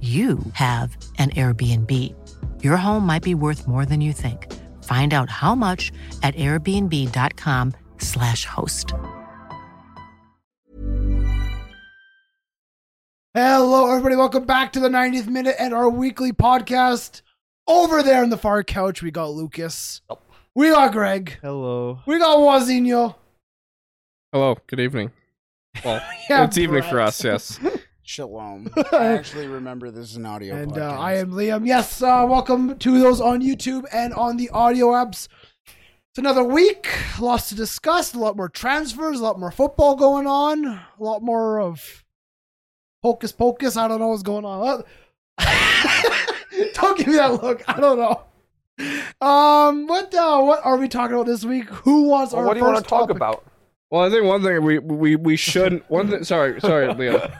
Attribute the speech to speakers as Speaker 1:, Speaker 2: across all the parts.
Speaker 1: you have an Airbnb. Your home might be worth more than you think. Find out how much at airbnb.com/slash host.
Speaker 2: Hello, everybody. Welcome back to the 90th minute and our weekly podcast. Over there on the far couch, we got Lucas. We got Greg.
Speaker 3: Hello.
Speaker 2: We got Wazinho.
Speaker 4: Hello, good evening. Well,
Speaker 2: Yeah,
Speaker 4: it's evening for
Speaker 2: Brett.
Speaker 4: us, yes.
Speaker 5: Shalom. I actually remember this is an audio
Speaker 2: And
Speaker 5: podcast.
Speaker 2: uh, I am Liam. Yes, uh, welcome to those on YouTube and on the audio apps. It's another week. Lots to discuss. A lot more transfers. A lot more football going on. A lot more of hocus pocus. I don't know what's going on. don't give me that look. I don't know. Um, what uh, what are we talking about this week? Who wants our
Speaker 6: what do you want
Speaker 2: first
Speaker 6: to talk
Speaker 2: topic?
Speaker 6: about?
Speaker 4: Well, I think one thing we we we should one thing. Sorry, sorry, Leo.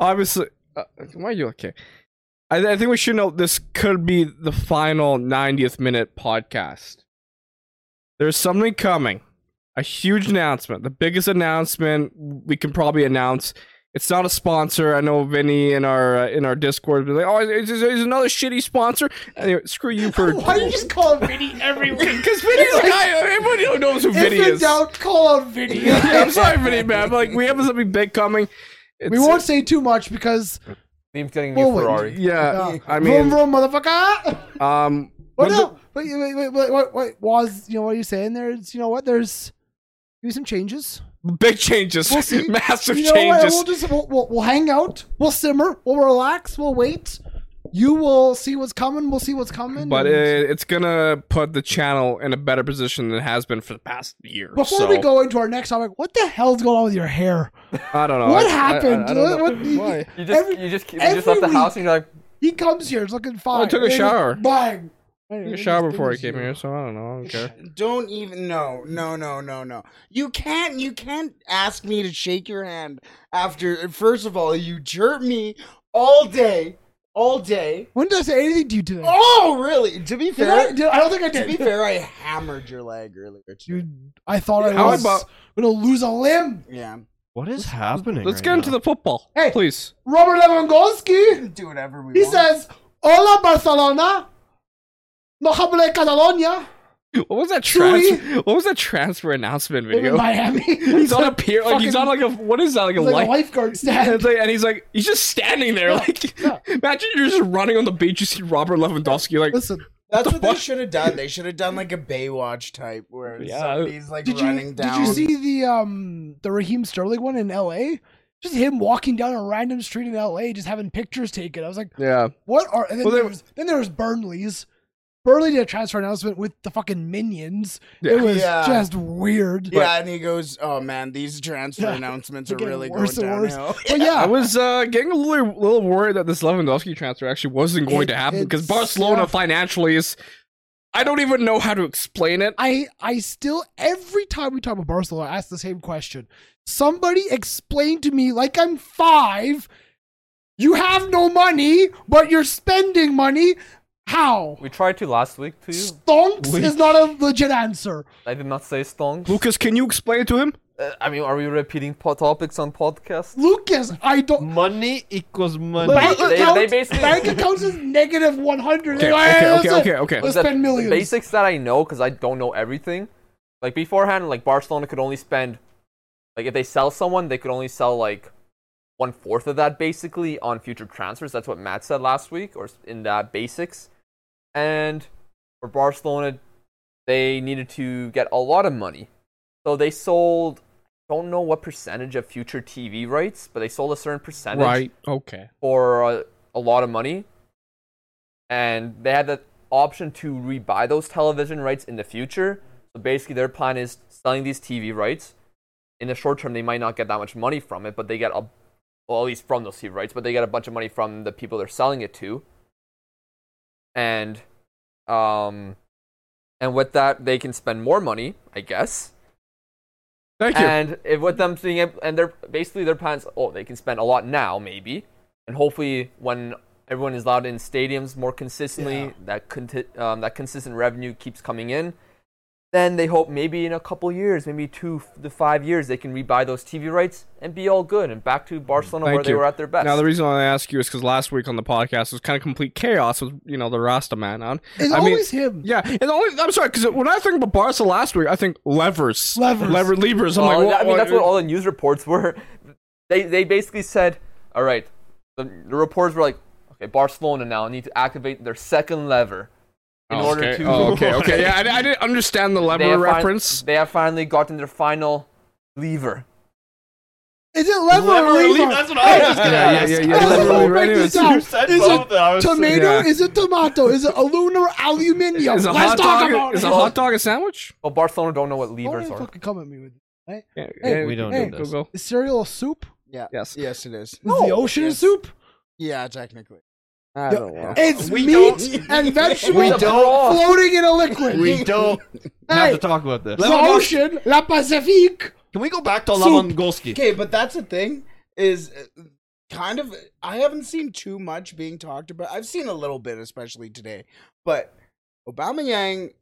Speaker 4: Obviously, uh, why are you okay? I, I think we should note this could be the final 90th minute podcast. There's something coming, a huge announcement, the biggest announcement we can probably announce. It's not a sponsor. I know Vinny in our uh, in our Discord was like, "Oh, is, is, is another shitty sponsor." Anyway, screw you for
Speaker 2: Why do you just call him Vinny every week?
Speaker 4: Because Vinny's like, I, everybody who knows who Vinny
Speaker 2: if you
Speaker 4: is.
Speaker 2: don't call him Vinny.
Speaker 4: I'm sorry, Vinny, man. but, Like, we have something big coming.
Speaker 2: we
Speaker 4: It's-
Speaker 2: won't say too much because
Speaker 3: Liam's getting a
Speaker 2: new
Speaker 3: new
Speaker 2: Well, wait. Ferrari.
Speaker 3: Ferrari.
Speaker 4: Yeah, I
Speaker 2: vroom
Speaker 4: mean,
Speaker 2: vroom motherfucker.
Speaker 4: um,
Speaker 2: What
Speaker 4: but
Speaker 2: no? Wait, wait, wait, wait, what, what was you know what are you saying? There's you know what? There's be some changes.
Speaker 4: the big changes,
Speaker 2: We'll see.
Speaker 4: massive
Speaker 2: you know What?
Speaker 4: changes.
Speaker 2: We'll just we'll, we'll, we'll hang out. We'll simmer. We'll relax. We'll wait. You will see what's coming. We'll see what's coming.
Speaker 4: But uh,
Speaker 2: and-
Speaker 4: it, it's gonna put the channel in a better position than it has been for the past year. or
Speaker 2: before
Speaker 4: so.
Speaker 2: we go into our next topic, what the hell's going on with your hair?
Speaker 4: I don't know.
Speaker 2: what
Speaker 4: Uh, I- I-
Speaker 2: happened?
Speaker 4: I, I don't know.
Speaker 2: What- what-
Speaker 4: Why?
Speaker 3: You just
Speaker 2: Every-
Speaker 3: you just you just left the
Speaker 2: every
Speaker 3: house and you're like,
Speaker 2: He comes here. He's looking fine.
Speaker 4: took a
Speaker 2: and he
Speaker 4: shower.
Speaker 2: Bang.
Speaker 4: I took a shower before I came here, so I don't know. I don't care.
Speaker 5: Don't even no no no no no. You can't you can't ask me to shake your hand after first of all you jerk me all day all day.
Speaker 2: When did I say anything to you today?
Speaker 5: Oh really? To be
Speaker 2: Did
Speaker 5: fair,
Speaker 2: I, did- I don't think I
Speaker 5: to
Speaker 2: did.
Speaker 5: be fair, I hammered your leg earlier. Too.
Speaker 2: Dude, I thought I
Speaker 4: How
Speaker 2: was
Speaker 4: about-
Speaker 2: gonna lose a limb.
Speaker 5: Yeah,
Speaker 3: What is happening?
Speaker 4: Let's get into the football,
Speaker 2: Hey.
Speaker 4: please.
Speaker 2: Robert Lewandowski,
Speaker 5: do whatever we
Speaker 2: he
Speaker 5: want.
Speaker 2: says, "Hola Barcelona, no hable Catalonia."
Speaker 4: What was that
Speaker 2: Chewy.
Speaker 4: transfer? What was that transfer announcement
Speaker 2: In
Speaker 4: video?
Speaker 2: Miami,
Speaker 4: He's on a pier, like he's
Speaker 2: fucking-
Speaker 4: on like a what is that like a
Speaker 2: he's like a
Speaker 4: life?
Speaker 2: lifeguard
Speaker 4: And, it's
Speaker 2: stand.
Speaker 4: like- and he's like, he's just standing there. like, imagine you're just running on the beach. You see Robert Lewandowski. Like,
Speaker 2: Listen,
Speaker 5: That's
Speaker 4: the
Speaker 5: what they
Speaker 4: fuck?
Speaker 5: should have done. They should have done like a Baywatch type where
Speaker 4: Yeah.
Speaker 5: yeah. he's like
Speaker 2: did
Speaker 5: running
Speaker 2: you
Speaker 5: down.
Speaker 2: did you see the um the Raheem Sterling one in L.A.? Just him walking down a random street in L.A. just having pictures taken. I was like,
Speaker 4: yeah,
Speaker 2: "What are?" And then
Speaker 4: Well, they-
Speaker 2: there was then there was Burnley's. Burnley did a transfer announcement with the fucking minions.
Speaker 4: Yeah.
Speaker 2: It was
Speaker 5: Yeah.
Speaker 2: just weird.
Speaker 5: Yeah, and he goes, "Oh man, these transfer
Speaker 2: Yeah.
Speaker 5: announcements
Speaker 2: They're
Speaker 5: are
Speaker 2: getting
Speaker 5: really
Speaker 2: worse
Speaker 5: going
Speaker 2: and worse.
Speaker 5: downhill."
Speaker 2: But yeah,
Speaker 4: I was uh, getting a little, little worried that this Lewandowski transfer actually wasn't going
Speaker 2: It-
Speaker 4: to happen because
Speaker 2: it's-
Speaker 4: Barcelona
Speaker 2: yeah.
Speaker 4: financially is. I don't even know how to explain it.
Speaker 2: I I still every time we talk about Barcelona, I ask the same question. Somebody explain to me like I'm five. You have no money, but you're spending money. How?
Speaker 3: We tried to last week too.
Speaker 2: Stonks is not a legit answer.
Speaker 3: I did not say stonks.
Speaker 4: Lucas, can you explain it to him?
Speaker 3: Uh, I mean, are we repeating po- topics on podcast?
Speaker 2: Lucas, I don't.
Speaker 3: Money equals money.
Speaker 2: Bank,
Speaker 3: they,
Speaker 2: account,
Speaker 3: they basically
Speaker 2: bank accounts is negative 100.
Speaker 4: Okay,
Speaker 2: They're like, "Hey,
Speaker 4: okay, okay,
Speaker 2: that's
Speaker 4: okay,
Speaker 2: it.
Speaker 4: okay.
Speaker 2: Let's
Speaker 3: the
Speaker 2: spend millions.
Speaker 3: Basics that I know because I don't know everything. Like beforehand, like Barcelona could only spend, like if they sell someone, they could only sell like one fourth of that basically on future transfers. That's what Matt said last week, or s- in uh, basics. And for Barcelona, they needed to get a lot of money, so they sold. I don't know what percentage of future TV rights, but they sold a certain percentage
Speaker 4: Right. Okay.
Speaker 3: for a, a lot of money, and they had the option to rebuy those television rights in the future. So basically, their plan is selling these TV rights. In the short term, they might not get that much money from it, but they get a well, at least from those TV rights, but they get a bunch of money from the people they're selling it to. And, um, and with that, they can spend more money, I guess.
Speaker 4: Thank you.
Speaker 3: And if with them seeing it, and they're basically their plans. Oh, they can spend a lot now, maybe, and hopefully when everyone is allowed in stadiums more consistently, that conti- um, that consistent revenue keeps coming in. Then they hope maybe in a couple years, maybe two to five years, they can rebuy those TV rights and be all good and back to Barcelona
Speaker 4: Thank
Speaker 3: where they
Speaker 4: you.
Speaker 3: were at their best.
Speaker 4: Now the reason why I ask you is because last week on the podcast was kind of complete chaos with you know the Rasta man on.
Speaker 2: It's
Speaker 4: I mean-
Speaker 2: always him.
Speaker 4: Yeah, and only I'm sorry because when I think about Barca last week, I think levers,
Speaker 2: Levers.
Speaker 4: lever, levers. I'm
Speaker 3: Well,
Speaker 4: like,
Speaker 3: Oh, I mean, that's what all the news reports were. They they basically said, all right, the, the reports were like, okay, Barcelona now need to activate their second lever in
Speaker 4: Oh,
Speaker 3: order
Speaker 4: okay.
Speaker 3: to.
Speaker 4: Oh, okay, okay, yeah, I, I didn't understand the
Speaker 3: They
Speaker 4: lever
Speaker 3: have fin-
Speaker 4: reference.
Speaker 3: they have finally gotten their final lever.
Speaker 2: Is it lever or
Speaker 7: Lever-
Speaker 2: lever?
Speaker 7: That's what I was just gonna
Speaker 4: Yeah, yeah,
Speaker 7: ask.
Speaker 4: yeah, yeah,
Speaker 2: I Oh, don't
Speaker 4: lever-
Speaker 2: know
Speaker 4: lever-
Speaker 2: who made
Speaker 4: anyways.
Speaker 2: this up.
Speaker 7: You said
Speaker 2: Is
Speaker 7: both.
Speaker 2: it
Speaker 7: I was so-
Speaker 2: tomato?
Speaker 4: yeah.
Speaker 2: Is it tomato? Is it aluminum or aluminium?
Speaker 4: Is a
Speaker 2: Let's
Speaker 4: hot
Speaker 2: talk
Speaker 4: dog
Speaker 2: about
Speaker 4: is
Speaker 2: it.
Speaker 4: a hot dog a sandwich?
Speaker 3: Well, Barcelona don't know what
Speaker 2: Don't
Speaker 3: levers
Speaker 2: even
Speaker 3: are.
Speaker 2: fucking come at me with this.
Speaker 4: Yeah,
Speaker 2: Hey,
Speaker 4: yeah,
Speaker 7: we don't
Speaker 4: yeah,
Speaker 7: do this.
Speaker 4: Google.
Speaker 2: Is cereal a soup?
Speaker 5: Yeah.
Speaker 4: Yes.
Speaker 5: Yes, it is.
Speaker 2: Is the ocean a
Speaker 5: yes.
Speaker 2: soup?
Speaker 5: Yeah, technically.
Speaker 4: I don't know.
Speaker 2: It's
Speaker 7: We
Speaker 2: meat
Speaker 7: don't-
Speaker 2: and
Speaker 7: We
Speaker 2: vegetables
Speaker 3: don't-
Speaker 2: floating in a liquid.
Speaker 7: We don't have
Speaker 2: Hey.
Speaker 7: to talk about this.
Speaker 2: the ocean, La Pacifique.
Speaker 7: Can we go back to
Speaker 2: Soup.
Speaker 7: Lavangolski?
Speaker 5: Okay, but that's the thing is uh, kind of I haven't seen too much being talked about. I've seen a little bit, especially today. But Obama Yang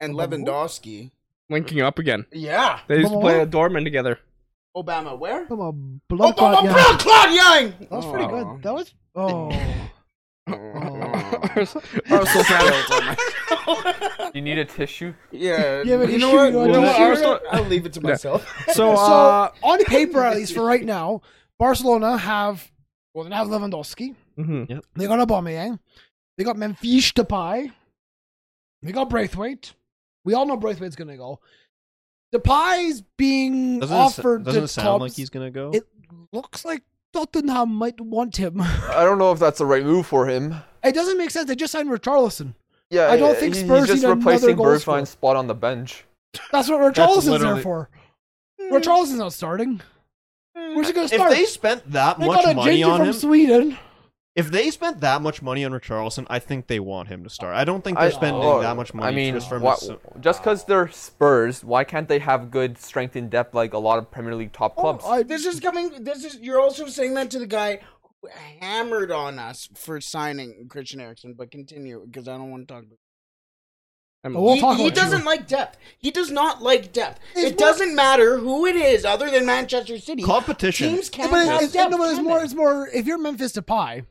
Speaker 5: and Lewandowski.
Speaker 4: Linking up again.
Speaker 5: Yeah.
Speaker 4: They used to
Speaker 2: Obama
Speaker 4: play
Speaker 2: what?
Speaker 4: at Dortmund together.
Speaker 5: Obama where?
Speaker 2: Come on, blood clot,
Speaker 5: Obama
Speaker 2: yeah.
Speaker 5: Brown Claude Yang!
Speaker 2: That was pretty good. That was. Oh. Oh.
Speaker 4: Arsenal fan.
Speaker 3: You need a tissue.
Speaker 5: Yeah.
Speaker 2: You have an
Speaker 5: you know
Speaker 2: issue,
Speaker 5: what?
Speaker 2: you want
Speaker 5: You
Speaker 2: to
Speaker 5: know what?
Speaker 2: share
Speaker 5: I'll- I'll leave it to myself.
Speaker 4: So,
Speaker 2: So
Speaker 4: uh,
Speaker 2: on paper, at least for right now, Barcelona have well, they have Lewandowski.
Speaker 4: mhm.
Speaker 2: They got Aubameyang. They got Memphis Depay. They got Braithwaite. We all know Braithwaite's gonna go. Depay's being
Speaker 7: Doesn't, it s-
Speaker 2: offered
Speaker 7: doesn't
Speaker 2: to
Speaker 7: it sound
Speaker 2: clubs.
Speaker 7: like he's gonna go?
Speaker 2: It looks like Tottenham might want him.
Speaker 3: I don't know if that's the right move for him.
Speaker 2: it doesn't make sense. They just signed Richarlison.
Speaker 3: Yeah,
Speaker 2: I don't think
Speaker 3: he-
Speaker 2: Spurs
Speaker 3: he's just
Speaker 2: need another
Speaker 3: replacing
Speaker 2: goal scorer.
Speaker 3: Bergwijn's spot on the bench.
Speaker 2: That's what
Speaker 7: That's
Speaker 2: Richarlison's there
Speaker 7: literally- Hmm.
Speaker 2: for. Richarlison's not starting. Where's he gonna
Speaker 7: if
Speaker 2: start?
Speaker 7: they spent that
Speaker 2: They
Speaker 7: much
Speaker 2: got a
Speaker 7: money
Speaker 2: ginger
Speaker 7: on
Speaker 2: from
Speaker 7: him,
Speaker 2: Sweden.
Speaker 7: if they spent that much money on Richarlison, I think they want him to start. I don't think they're
Speaker 3: I-
Speaker 7: spending
Speaker 3: oh,
Speaker 7: that much money
Speaker 3: I mean,
Speaker 7: just for him
Speaker 3: why-
Speaker 7: to. s-
Speaker 3: just because they're Spurs, why can't they have good strength in depth like a lot of Premier League
Speaker 7: Oh,
Speaker 3: top clubs?
Speaker 2: Oh, I-
Speaker 5: This is coming. This is you're also saying that to the guy who hammered on us for signing Christian Erickson. But continue because I don't want to talk. About
Speaker 4: I'm-
Speaker 2: We'll
Speaker 5: he
Speaker 2: talk
Speaker 5: he
Speaker 2: about you.
Speaker 5: doesn't like depth. He does not like depth.
Speaker 2: It's
Speaker 5: it
Speaker 2: more-
Speaker 5: doesn't matter who it is, other than Manchester City.
Speaker 7: Competition.
Speaker 5: Teams
Speaker 2: Yeah,
Speaker 5: can't
Speaker 2: but
Speaker 5: have
Speaker 2: it's, it's,
Speaker 5: depth.
Speaker 2: no, but it's
Speaker 5: can
Speaker 2: more.
Speaker 5: they?
Speaker 2: It's more. If you're Memphis Depay,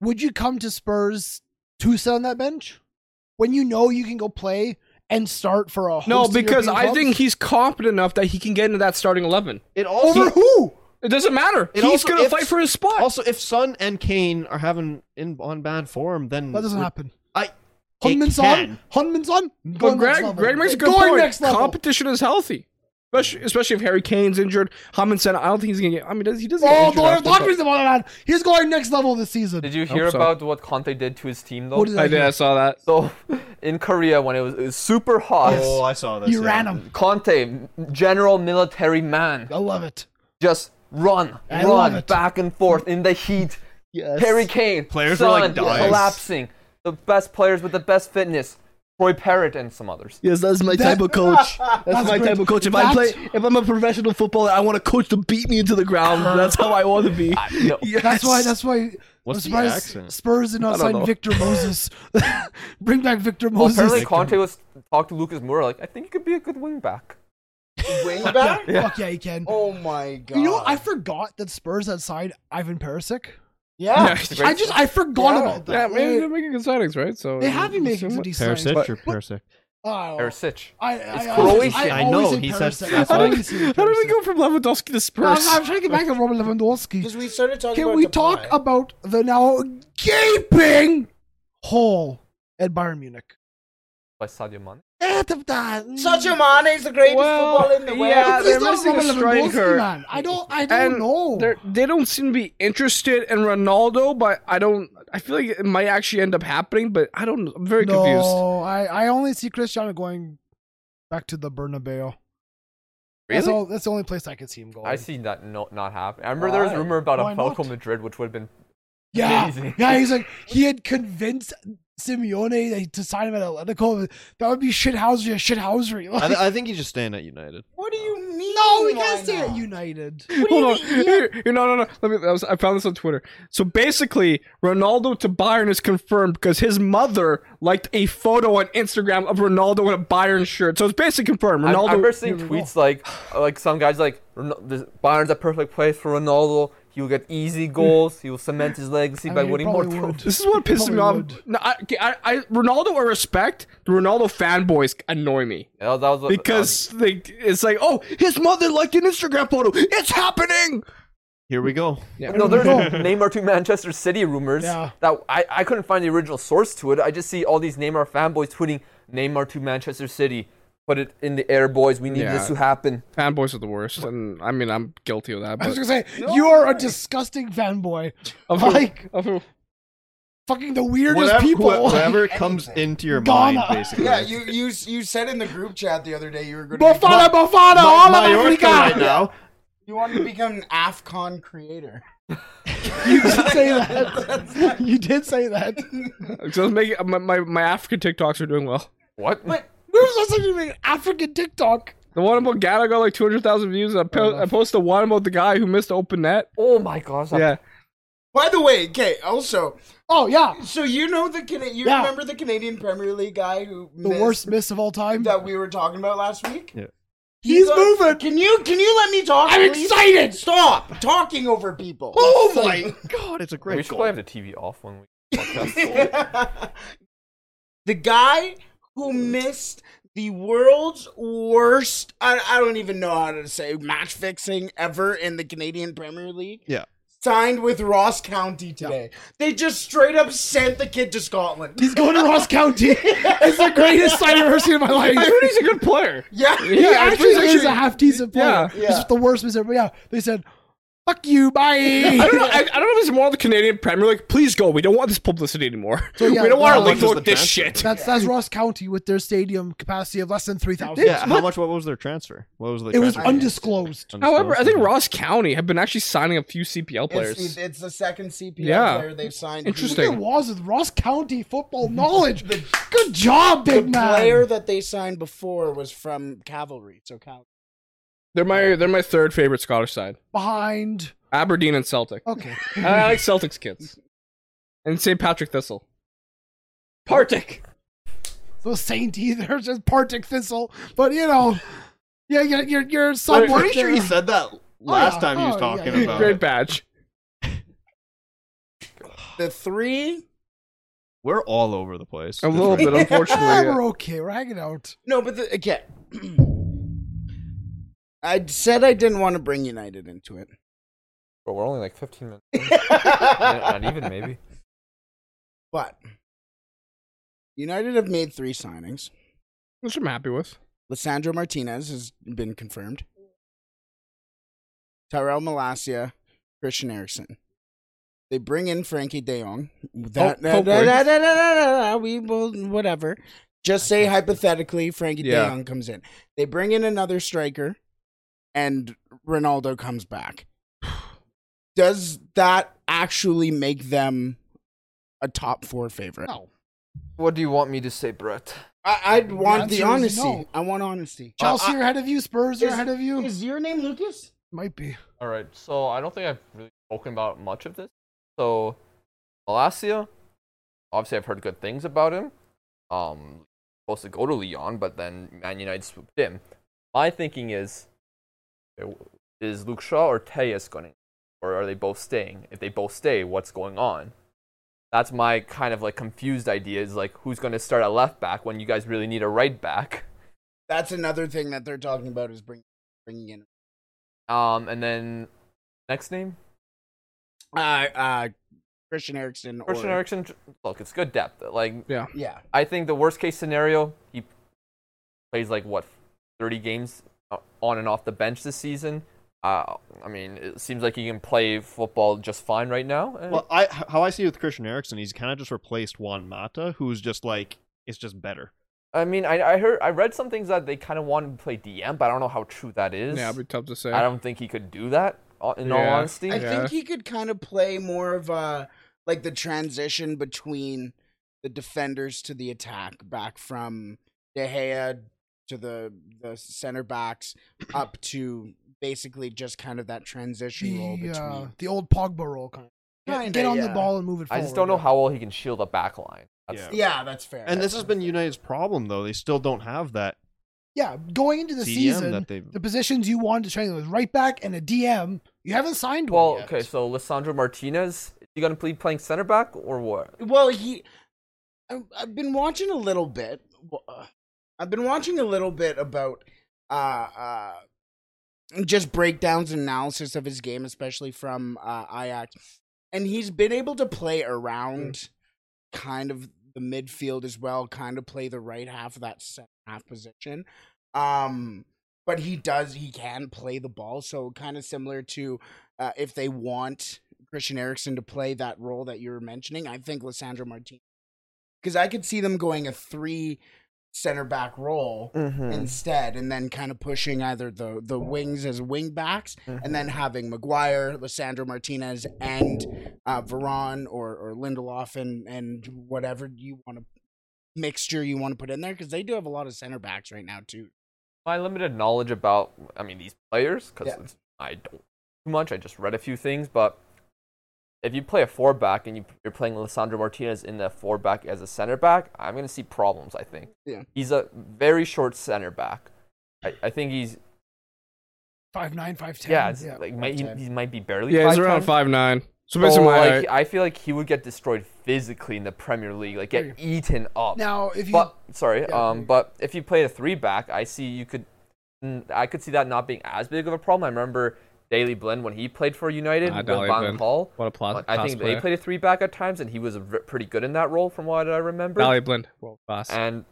Speaker 2: would you come to Spurs to sit on that bench when you know you can go play and start for a host
Speaker 4: No,
Speaker 2: of
Speaker 4: because
Speaker 2: European
Speaker 4: I think
Speaker 2: clubs?
Speaker 4: he's competent enough that he can get into that starting eleven.
Speaker 7: It also
Speaker 2: over who?
Speaker 4: It doesn't matter.
Speaker 7: It
Speaker 4: he's
Speaker 7: also-
Speaker 4: gonna
Speaker 7: if-
Speaker 4: fight for his spot.
Speaker 7: also if Son and Kane are having in on bad form, then
Speaker 2: That doesn't
Speaker 7: we're-
Speaker 2: happen.
Speaker 7: I it
Speaker 2: Hunman's on.
Speaker 7: can.
Speaker 2: Hunman's on.
Speaker 4: but Greg, Greg makes a good
Speaker 2: going
Speaker 4: point.
Speaker 2: next level.
Speaker 4: Competition is healthy, especially, especially if Harry Kane's injured. Hamilton, I don't think he's gonna get. I mean, does he doesn't? get
Speaker 2: Oh,
Speaker 4: injured
Speaker 2: Lord,
Speaker 4: often,
Speaker 2: talk
Speaker 4: but-
Speaker 2: to me about that. He's going next level this season.
Speaker 3: Did you hear
Speaker 4: Hope so.
Speaker 3: about what Conte did to his team though?
Speaker 2: What did
Speaker 4: I did. I saw that.
Speaker 3: So, in Korea, when it was, it was super hot,
Speaker 7: Oh, I saw this.
Speaker 2: You
Speaker 7: yeah.
Speaker 2: ran him.
Speaker 3: Conte, general military man,
Speaker 2: I love it.
Speaker 3: just run,
Speaker 2: I love
Speaker 3: run
Speaker 2: it.
Speaker 3: back and forth in the heat.
Speaker 2: Yes.
Speaker 3: Harry Kane,
Speaker 7: Players were,
Speaker 3: Son,
Speaker 7: like, dying.
Speaker 3: collapsing. The best players with the best fitness, Troy Parrott and some others.
Speaker 8: Yes, that's my
Speaker 2: That-
Speaker 8: type of coach. That's, my
Speaker 2: great.
Speaker 8: type of coach. If
Speaker 2: That-
Speaker 8: I play, if I'm a professional footballer, I want a coach to beat me into the ground. That's how I want to be.
Speaker 3: No.
Speaker 2: That's why. That's why. I'm
Speaker 7: What's the
Speaker 2: surprised
Speaker 7: accent?
Speaker 2: Spurs did not
Speaker 4: don't
Speaker 2: sign
Speaker 4: know.
Speaker 2: Victor Moses. Bring back Victor
Speaker 3: Well,
Speaker 2: Moses.
Speaker 3: apparently, Conte was talked to Lucas Moura like, I think you could be a good wing back.
Speaker 5: Wing back?
Speaker 2: Fuck yeah, he can.
Speaker 5: Oh my god!
Speaker 2: You know, I forgot that Spurs had signed Ivan Perisic.
Speaker 5: yeah.
Speaker 2: I just I forgot
Speaker 5: Yeah.
Speaker 2: about
Speaker 4: Yeah,
Speaker 2: that.
Speaker 4: maybe they're making good signings, right? So
Speaker 2: They have been making some decent signings.
Speaker 7: Perisic.
Speaker 2: Oh,
Speaker 3: Perisic.
Speaker 2: I, I,
Speaker 3: It's
Speaker 2: I,
Speaker 3: Croatian.
Speaker 2: I,
Speaker 7: I
Speaker 2: always
Speaker 7: know,
Speaker 2: say
Speaker 7: he says-
Speaker 2: Perisic.
Speaker 7: that's
Speaker 2: I
Speaker 7: why-
Speaker 2: always say
Speaker 4: How did we
Speaker 2: Perisic.
Speaker 4: go from Lewandowski to
Speaker 2: I'm,
Speaker 4: Spurs?
Speaker 2: I'm trying to get back to Roman
Speaker 5: Because
Speaker 2: Lewandowski.
Speaker 5: we started talking
Speaker 2: Can
Speaker 5: about
Speaker 2: we
Speaker 5: Depay.
Speaker 2: talk about the now gaping hole at Bayern Munich?
Speaker 3: By Sadio Mane.
Speaker 2: Eh, the- the-
Speaker 5: Sergio Mane is the greatest
Speaker 4: Well,
Speaker 5: footballer in the world.
Speaker 4: yeah,
Speaker 2: He's
Speaker 4: they're
Speaker 2: not
Speaker 4: missing a
Speaker 2: Roman Lewandowski,
Speaker 4: striker.
Speaker 2: man. I don't. I don't
Speaker 4: and
Speaker 2: know.
Speaker 4: they're- they don't seem to be interested in Ronaldo, but I don't. I feel like it might actually end up happening, but I don't. I'm very
Speaker 2: no,
Speaker 4: confused.
Speaker 2: I, I only see Cristiano going back to the Bernabeu. That's, all, that's the only place I can see him going.
Speaker 3: I see that no, not happen. I remember there was
Speaker 2: Oh. Why?
Speaker 3: a rumor about
Speaker 2: Why
Speaker 3: a
Speaker 2: not?
Speaker 3: Falco Madrid, which would have been
Speaker 2: Yeah,
Speaker 3: Amazing.
Speaker 2: yeah. He's like he had convinced Simeone that- to sign him at Atletico. That would be shithousery, shithousery.
Speaker 7: I,
Speaker 2: Like,
Speaker 7: th- I think he's just staying at United.
Speaker 5: What do you mean?
Speaker 2: no, we
Speaker 5: why
Speaker 2: can't stay at
Speaker 5: not?
Speaker 2: United.
Speaker 4: Hold on. Here, here- no, no, no. Let me. I, was, I found this on Twitter. So basically, Ronaldo to Bayern is confirmed because his mother liked a photo on Instagram of Ronaldo in a Bayern shirt. So it's basically confirmed.
Speaker 3: I-
Speaker 4: Ronaldo.
Speaker 3: I remember seeing tweets like, like some guys like, "Ron- this- Bayern's a perfect place for Ronaldo. He will get easy goals. He will cement his legacy
Speaker 2: I
Speaker 3: by
Speaker 2: mean, he
Speaker 3: winning more
Speaker 2: probably would.
Speaker 3: trophies.
Speaker 4: This is what pisses me off.
Speaker 2: Probably would.
Speaker 4: No, I, I, I, Ronaldo, I respect. The Ronaldo fanboys annoy me
Speaker 3: That was, that was what-
Speaker 4: because they, it's like, oh, his mother liked an Instagram photo. It's happening.
Speaker 7: Here we go.
Speaker 3: no, there's no Neymar to Manchester City rumors.
Speaker 2: Yeah.
Speaker 3: That I, I couldn't find the original source to it. I just see all these Neymar fanboys tweeting Neymar to Manchester City. Put it in the air, boys. We need
Speaker 4: Yeah.
Speaker 3: this to happen.
Speaker 4: Fanboys are the worst, and I mean, I'm guilty of that.
Speaker 2: I was
Speaker 4: But
Speaker 2: gonna say you are a disgusting fanboy.
Speaker 4: of who-
Speaker 2: Like
Speaker 4: of who-
Speaker 2: fucking the weirdest
Speaker 7: Whatever,
Speaker 2: people.
Speaker 7: wha- whatever comes into your
Speaker 2: Ghana.
Speaker 7: mind, basically.
Speaker 5: Yeah, you you you said in the group chat the other day you were going to
Speaker 2: Bofana, Bofana, all of Africa.
Speaker 7: Mallorca right now.
Speaker 5: you wanted to become an Afcon creator.
Speaker 2: You did say that. you did say that.
Speaker 4: so let's make it- my, my my African TikToks are doing well.
Speaker 3: What?
Speaker 2: We were supposed to make an African TikTok.
Speaker 4: The one about Ghana got like 200,000 views. and I, po- I posted one about the guy who missed the open net.
Speaker 3: Oh my gosh. that-
Speaker 4: Yeah.
Speaker 5: By the way, okay. Also,
Speaker 2: Oh yeah,
Speaker 5: so you know the Cana- you
Speaker 2: Yeah.
Speaker 5: remember the Canadian Premier League guy who
Speaker 2: the
Speaker 5: missed
Speaker 2: worst miss of all time.
Speaker 5: that we were talking about last week?
Speaker 7: Yeah.
Speaker 2: He's
Speaker 5: got-
Speaker 2: moving.
Speaker 5: Can you can you let me talk?
Speaker 2: I'm
Speaker 5: please?
Speaker 2: excited.
Speaker 5: Stop talking over people.
Speaker 7: Oh my god, it's a
Speaker 3: we
Speaker 7: great
Speaker 3: should
Speaker 7: goal.
Speaker 3: probably have the TV off when we podcast.
Speaker 5: the guy who missed the world's worst I, I don't even know how to say match fixing ever in the Canadian Premier League
Speaker 7: Yeah.
Speaker 5: signed with Ross County today. They just straight up sent the kid to Scotland.
Speaker 2: He's going to Ross County. It's the greatest sight I've ever seen in my life.
Speaker 4: I heard he's a good player.
Speaker 5: Yeah.
Speaker 2: he
Speaker 4: I
Speaker 2: actually
Speaker 4: think
Speaker 2: is a half decent player.
Speaker 4: Yeah.
Speaker 2: It's just the worst miss ever. Yeah, they said, "Fuck you, bye."
Speaker 4: I don't know. I, I don't know if it's more the Canadian Premier League. Please go. We don't want this publicity anymore.
Speaker 2: So, yeah,
Speaker 4: we don't want
Speaker 2: how
Speaker 4: our
Speaker 2: much
Speaker 4: league to
Speaker 7: is
Speaker 4: look
Speaker 7: the
Speaker 4: this
Speaker 7: transfer?
Speaker 4: shit.
Speaker 2: That's that's Ross County with their stadium capacity of less than three thousand.
Speaker 7: Yeah, how much? What was their transfer? What was the?
Speaker 2: It was
Speaker 7: transfer?
Speaker 2: undisclosed.
Speaker 7: Undisclosed.
Speaker 4: However, I think Ross County have been actually signing a few CPL
Speaker 5: It's,
Speaker 4: players.
Speaker 5: the- it's the second CPL
Speaker 4: Yeah.
Speaker 5: player they've signed.
Speaker 4: Interesting.
Speaker 2: Look at Waz with Ross County football knowledge. Good job,
Speaker 5: The
Speaker 2: big man.
Speaker 5: player that they signed before was from Cavalry, so Cavalry.
Speaker 4: They're my they're my third favorite Scottish side.
Speaker 2: Behind.
Speaker 4: Aberdeen and Celtic.
Speaker 2: Okay.
Speaker 4: And I like Celtics kids. And St. Patrick Thistle. Partick.
Speaker 2: So Saint either. Just Partick Thistle. But, you know, yeah, you're, you're, you're somewhere.
Speaker 7: pretty sure he
Speaker 2: there.
Speaker 7: said that last
Speaker 2: yeah.
Speaker 7: time he was
Speaker 2: Oh,
Speaker 7: talking
Speaker 2: yeah.
Speaker 7: about.
Speaker 4: Great
Speaker 7: it.
Speaker 4: badge.
Speaker 5: The three
Speaker 7: We're all over the place.
Speaker 4: A little bit,
Speaker 2: Ah,
Speaker 4: unfortunately.
Speaker 2: we're okay. We're hanging out.
Speaker 5: No, but the, okay. I said I didn't want to bring United into it.
Speaker 3: But we're only like 15 minutes. in. Not even maybe.
Speaker 5: But United have made three signings.
Speaker 4: Which I'm happy with.
Speaker 5: Lissandro Martinez has been confirmed. Tyrell Malasia, Christian Eriksen. They bring in Frankie De Jong. That,
Speaker 4: Oh,
Speaker 5: da, da,
Speaker 4: Hogberg.
Speaker 5: da, da, da, da, da, da, we will whatever. Just say hypothetically Frankie De
Speaker 4: Yeah.
Speaker 5: Jong comes in. They bring in another striker and Ronaldo comes back. Does that actually make them a top 4 favorite?
Speaker 3: Uh,
Speaker 2: No.
Speaker 3: What do you want me to say, Brett?
Speaker 5: I I'd want
Speaker 2: answer
Speaker 5: the,
Speaker 2: is
Speaker 5: honesty.
Speaker 2: no.
Speaker 5: I want honesty.
Speaker 2: Chelsea are ahead of you. Spurs are ahead of you.
Speaker 5: Is your name Lucas?
Speaker 2: Might be.
Speaker 3: All right, so I don't think I've really spoken about much of this. So, Malasia, obviously I've heard good things about him. Um, supposed to go to Leon, but then Man United swooped in. My thinking is, is Luke Shaw or Tejas going, or are they both staying? If they both stay, what's going on? That's my kind of like confused idea is like who's going to start at left back when you guys really need a right back.
Speaker 5: That's another thing that they're talking about is bring, bringing in
Speaker 3: Um, and then next name
Speaker 5: uh, uh, Christian Erickson. or-
Speaker 3: Christian Eriksen. Look, it's good depth. Like
Speaker 4: Yeah.
Speaker 5: Yeah.
Speaker 3: I think the worst case scenario he plays like what 30 games uh, on and off the bench this season. Uh, I mean, it seems like he can play football just fine right now. and-
Speaker 7: Well, I how I see it with Christian Erickson, he's kind of just replaced Juan Mata, who's just like it's just better.
Speaker 3: I mean, I, I heard I read some things that they kind of want him to play DM, but I don't know how true that is.
Speaker 4: Yeah, it'd be tough to say.
Speaker 3: I don't think he could do that. uh, In all
Speaker 4: Yeah.
Speaker 3: honesty,
Speaker 5: I
Speaker 4: Yeah.
Speaker 5: think he could kind of play more of a like the transition between the defenders to the attack, back from De Gea to the the center backs up to basically just kind of that transition role
Speaker 2: The, uh,
Speaker 5: between.
Speaker 2: the old Pogba role kind of. Get,
Speaker 5: Kinda,
Speaker 2: get on the
Speaker 5: yeah.
Speaker 2: ball and move it
Speaker 3: I
Speaker 2: forward.
Speaker 3: just don't know how well he can shield a back line. That's-
Speaker 5: Yeah, that's fair.
Speaker 7: And this has been United's problem though; they still don't have that.
Speaker 2: Yeah, going into the
Speaker 7: CDM
Speaker 2: season,
Speaker 7: that they've-
Speaker 2: the positions you wanted to train was right back and a DM. You haven't signed one.
Speaker 3: Well,
Speaker 2: yet.
Speaker 3: okay, so Lissandro Martinez, you gonna be playing center back or what?
Speaker 5: Well, he. I, I've been watching a little bit. w- uh, I've been watching a little bit about uh, uh, just breakdowns and analysis of his game, especially from uh, Ajax. And he's been able to play around kind of the midfield as well, kind of play the right half of that second half position. Um, but he does, he can play the ball. So, kind of similar to uh, if they want Christian Eriksen to play that role that you were mentioning, I think Lissandro Martinez. Because I could see them going a three center back role
Speaker 4: Mm-hmm.
Speaker 2: Mm.
Speaker 5: instead, and then kind of pushing either the the wings as wing backs, and then
Speaker 2: Mm-hmm.
Speaker 5: having Maguire, Lissandro Martinez, and uh, Veron or or Lindelof, and and whatever you want to mixture you want to put in there, because they do have a lot of center backs right now too.
Speaker 3: My limited knowledge about, I mean, these players, because
Speaker 5: Yeah.
Speaker 3: I don't too much. I just read a few things, but if you play a four back and you, you're playing Lissandro Martinez in the four back as a center back, I'm gonna see problems. I think.
Speaker 5: Yeah.
Speaker 3: He's a very short center back. I, I think he's
Speaker 2: five nine, five ten.
Speaker 3: yeah, it's like might, he, he might be barely.
Speaker 4: yeah, he's
Speaker 3: 5'10".
Speaker 4: around five nine. So
Speaker 3: So,
Speaker 4: basically, my
Speaker 3: Oh, like, uh, I feel like he would get destroyed physically in the Premier League, like get eaten up.
Speaker 2: now if you
Speaker 3: but sorry,
Speaker 2: Yeah,
Speaker 3: um,
Speaker 2: you-
Speaker 3: but if you played a three back, I see you could, mm, I could see that not being as big of a problem. I remember Daily Blend when he played for United
Speaker 4: Ah,
Speaker 3: with
Speaker 4: Daley
Speaker 3: Van
Speaker 4: Blind.
Speaker 3: Hall.
Speaker 4: What a pla-
Speaker 3: Like, I
Speaker 4: class
Speaker 3: think they
Speaker 4: player.
Speaker 3: played a three back at times, and he was v- pretty good in that role, from what I remember.
Speaker 4: Valley Blend, world class.
Speaker 3: And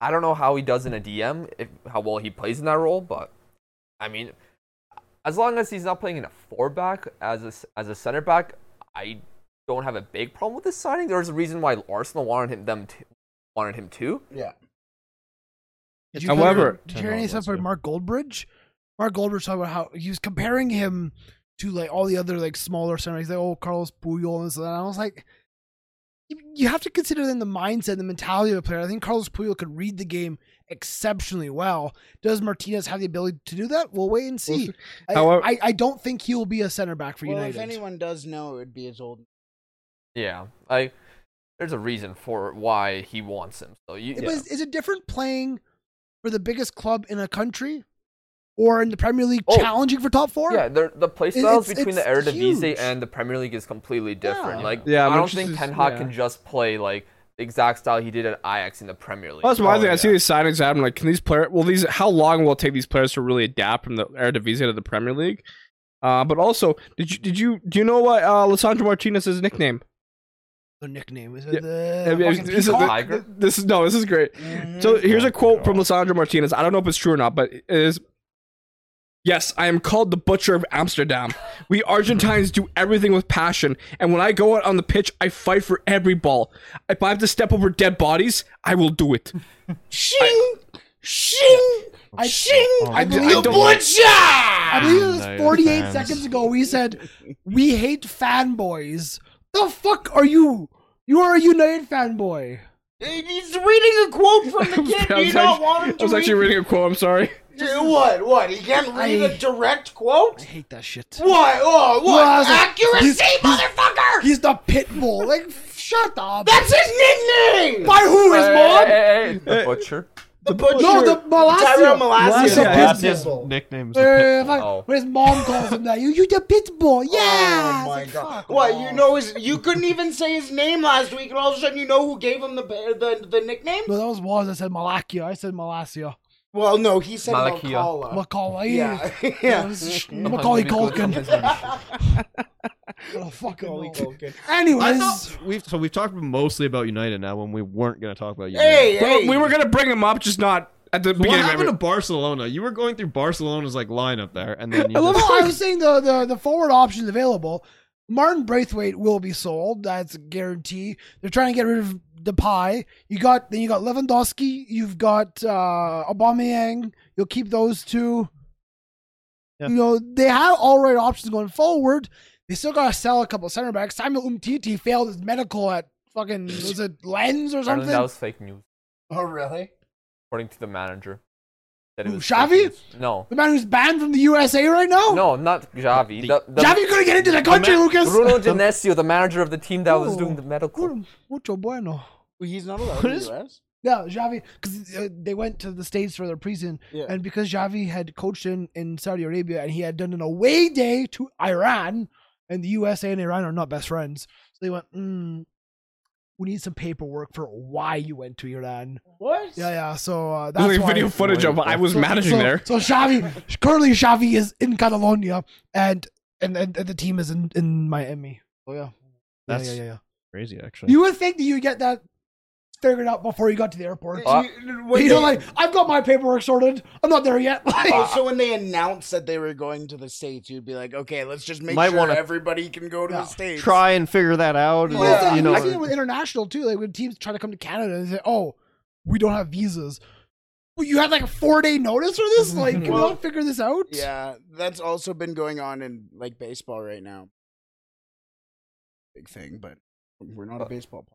Speaker 3: I don't know how he does in a DM, if, how well he plays in that role, but I mean, as long as he's not playing in a four back as a, s- as a center back, I don't have a big problem with this signing. There's a reason why Arsenal wanted him them to, wanted him too.
Speaker 5: Yeah,
Speaker 2: Did
Speaker 4: It's However-
Speaker 2: hear, did you hear any
Speaker 7: Ten
Speaker 2: stuff
Speaker 7: dollars,
Speaker 2: about Mark Goldbridge? Mark Goldbridge talked about how he was comparing him to like all the other like smaller centers. He's like, oh, Carlos Puyol and this and that. I was like, you, you have to consider then the mindset, the mentality of a player. I think Carlos Puyol could read the game exceptionally well. Does Martinez have the ability to do that? We'll wait and see. I,
Speaker 4: However-
Speaker 2: I, I don't think he will be a center back for
Speaker 5: well,
Speaker 2: United.
Speaker 5: if anyone does know, it would be his old.
Speaker 3: Yeah, like there's a reason for why he wants him. So you,
Speaker 2: It
Speaker 3: yeah.
Speaker 2: was, is it different playing for the biggest club in a country or in the Premier League
Speaker 3: Oh.
Speaker 2: challenging for top four?
Speaker 3: Yeah, they're- the play
Speaker 2: It-
Speaker 3: styles
Speaker 2: it's-
Speaker 3: between the
Speaker 2: it's
Speaker 3: Eredivisie
Speaker 2: huge.
Speaker 3: and the Premier League is completely different.
Speaker 5: Yeah.
Speaker 3: Like,
Speaker 4: Yeah,
Speaker 3: I don't
Speaker 4: which
Speaker 3: think
Speaker 4: is-
Speaker 3: Ten Hag
Speaker 4: yeah.
Speaker 3: can just play like the exact style he did at Ajax in the Premier League.
Speaker 4: Well, that's my
Speaker 3: Oh,
Speaker 4: thing. I
Speaker 3: yeah.
Speaker 4: see these signings happen. Like, can these players? Well, these how long will it take these players to really adapt from the Eredivisie to the Premier League? Uh, but also, did you did you do you know what uh, Lissandro Martinez's nickname?
Speaker 2: The nickname is
Speaker 4: Yeah.
Speaker 2: it the
Speaker 4: I mean,
Speaker 2: Uh, fucking Mm,
Speaker 4: this, is,
Speaker 2: peacock?
Speaker 3: Tiger?
Speaker 4: this is no, this is great. So here's a quote from Lissandro Martinez. I don't know if it's true or not, but it is. Yes, I am called the butcher of Amsterdam. We Argentines do everything with passion, and when I go out on the pitch, I fight for every ball. If I have to step over dead bodies, I will do it.
Speaker 5: Shing, shing,
Speaker 2: I-
Speaker 5: shing.
Speaker 2: I believe,
Speaker 4: I don't-
Speaker 2: I believe it was
Speaker 7: Nice
Speaker 2: 48
Speaker 7: fans.
Speaker 2: seconds ago we said we hate fanboys. The fuck are you? You are a United fanboy.
Speaker 5: He's reading a quote from the kid. Do
Speaker 4: I
Speaker 5: you
Speaker 4: was
Speaker 5: not
Speaker 4: actually-
Speaker 5: want him to
Speaker 4: I was actually
Speaker 5: read?
Speaker 4: reading a quote. I'm sorry.
Speaker 5: Dude, what? What? He can't read
Speaker 2: I-
Speaker 5: a direct quote?
Speaker 2: I hate that shit.
Speaker 5: What? Oh, what?
Speaker 2: Well, I was like,
Speaker 5: Accuracy,
Speaker 2: he's- he's-
Speaker 5: motherfucker!
Speaker 2: He's the pit bull. Like, shut up.
Speaker 5: That's his nickname!
Speaker 2: by who? His
Speaker 3: Hey,
Speaker 2: mom?
Speaker 3: hey, hey, hey, the butcher.
Speaker 5: The butcher.
Speaker 2: No, the Malasia.
Speaker 5: Tyrell Malasia.
Speaker 2: It's a
Speaker 8: Malasia, yeah.
Speaker 2: pit
Speaker 7: His
Speaker 2: bull.
Speaker 7: nickname is the pit-
Speaker 2: Uh, fuck,
Speaker 3: Oh.
Speaker 2: When his mom calls him that, you you the pit bull. Yeah.
Speaker 5: Oh my
Speaker 2: It's like,
Speaker 5: god!
Speaker 2: fuck
Speaker 5: What
Speaker 2: off.
Speaker 5: you know is you couldn't even say his name last week, and all of a sudden you know who gave him the the, the nickname?
Speaker 2: No, that was Waz that said Malakia. I said Malasia.
Speaker 5: Well, no, he said
Speaker 3: Malakia.
Speaker 5: Malkala.
Speaker 2: Macaulay.
Speaker 5: yeah,
Speaker 2: Uh, Yeah,
Speaker 5: yeah.
Speaker 2: it's- Macaulay Culkin. Oh, fuck all.
Speaker 7: I
Speaker 2: Anyways,
Speaker 7: thought we've so we've talked mostly about United now when we weren't going to talk about United.
Speaker 5: Hey,
Speaker 4: Well,
Speaker 5: hey.
Speaker 4: we were gonna bring him up, just not at the
Speaker 7: So what
Speaker 4: beginning.
Speaker 7: happened
Speaker 4: of
Speaker 7: to
Speaker 4: every-
Speaker 7: Barcelona? You were going through Barcelona's like lineup there, and then you
Speaker 4: I love
Speaker 7: just-
Speaker 2: well, I was saying the, the the forward options available. Martin Braithwaite will be sold. That's a guarantee. They're trying to get rid of Depay. You got then you got Lewandowski. You've got uh, Aubameyang. You'll keep those two.
Speaker 7: Yeah.
Speaker 2: You know they have all right options going forward. They still got to sell a couple center backs. Samuel Umtiti failed his medical at fucking was it Lens or
Speaker 3: I don't think that
Speaker 2: something?
Speaker 3: was fake news,
Speaker 5: Oh really?
Speaker 3: according to the manager. That it
Speaker 2: Who,
Speaker 3: was fake
Speaker 2: Xavi?
Speaker 3: news. No,
Speaker 2: The man who's banned from the USA right now.
Speaker 3: no, not Xavi. The, the,
Speaker 2: Javi couldn't get into the country, Lucas.
Speaker 3: Bruno Genesio, the manager of the team that was
Speaker 2: Oh,
Speaker 3: doing the medical.
Speaker 2: Good, Mucho bueno.
Speaker 5: Well, he's not allowed
Speaker 7: What
Speaker 5: in the
Speaker 7: is-
Speaker 5: U.S.
Speaker 2: Yeah, Javi, because uh, they went to the States for their preseason.
Speaker 5: Yeah.
Speaker 2: And because Javi had coached in, in Saudi Arabia and he had done an away day to Iran, and the USA and Iran are not best friends. So they went, mm, we need some paperwork for why you went to Iran.
Speaker 5: What?
Speaker 2: Yeah, yeah. So uh,
Speaker 4: There's
Speaker 2: that's
Speaker 4: like
Speaker 2: why.
Speaker 4: video footage of I was
Speaker 2: so, so,
Speaker 4: managing there.
Speaker 2: So Xavi, currently Xavi is in Catalonia and, and, and, and the team is in, in Miami. So yeah. Yeah,
Speaker 7: That's-
Speaker 2: yeah, yeah, yeah.
Speaker 7: crazy actually.
Speaker 2: You would think that you would get that figured out before you got to the airport.
Speaker 3: Uh,
Speaker 5: You-
Speaker 2: But
Speaker 5: when
Speaker 2: you know,
Speaker 5: they-
Speaker 2: like I've got my paperwork sorted. I'm not there yet. Like,
Speaker 5: Also, when they announced that they were going to the states, you'd be like, "Okay, let's just make
Speaker 7: Might
Speaker 5: sure
Speaker 7: wanna
Speaker 5: everybody can go to
Speaker 2: Yeah.
Speaker 5: the states."
Speaker 7: Try and figure that out. and,
Speaker 2: well, it's
Speaker 5: Yeah,
Speaker 2: not-
Speaker 7: you
Speaker 2: I've seen it
Speaker 7: know, uh,
Speaker 2: with international too. Like when teams try to come to Canada and say, "Oh, we don't have visas." Well, you had like a four day notice for this. Like, can we
Speaker 5: Well,
Speaker 2: all figure this out?
Speaker 5: Yeah, that's also been going on in like baseball right now. Big thing, but we're not a baseball. pod.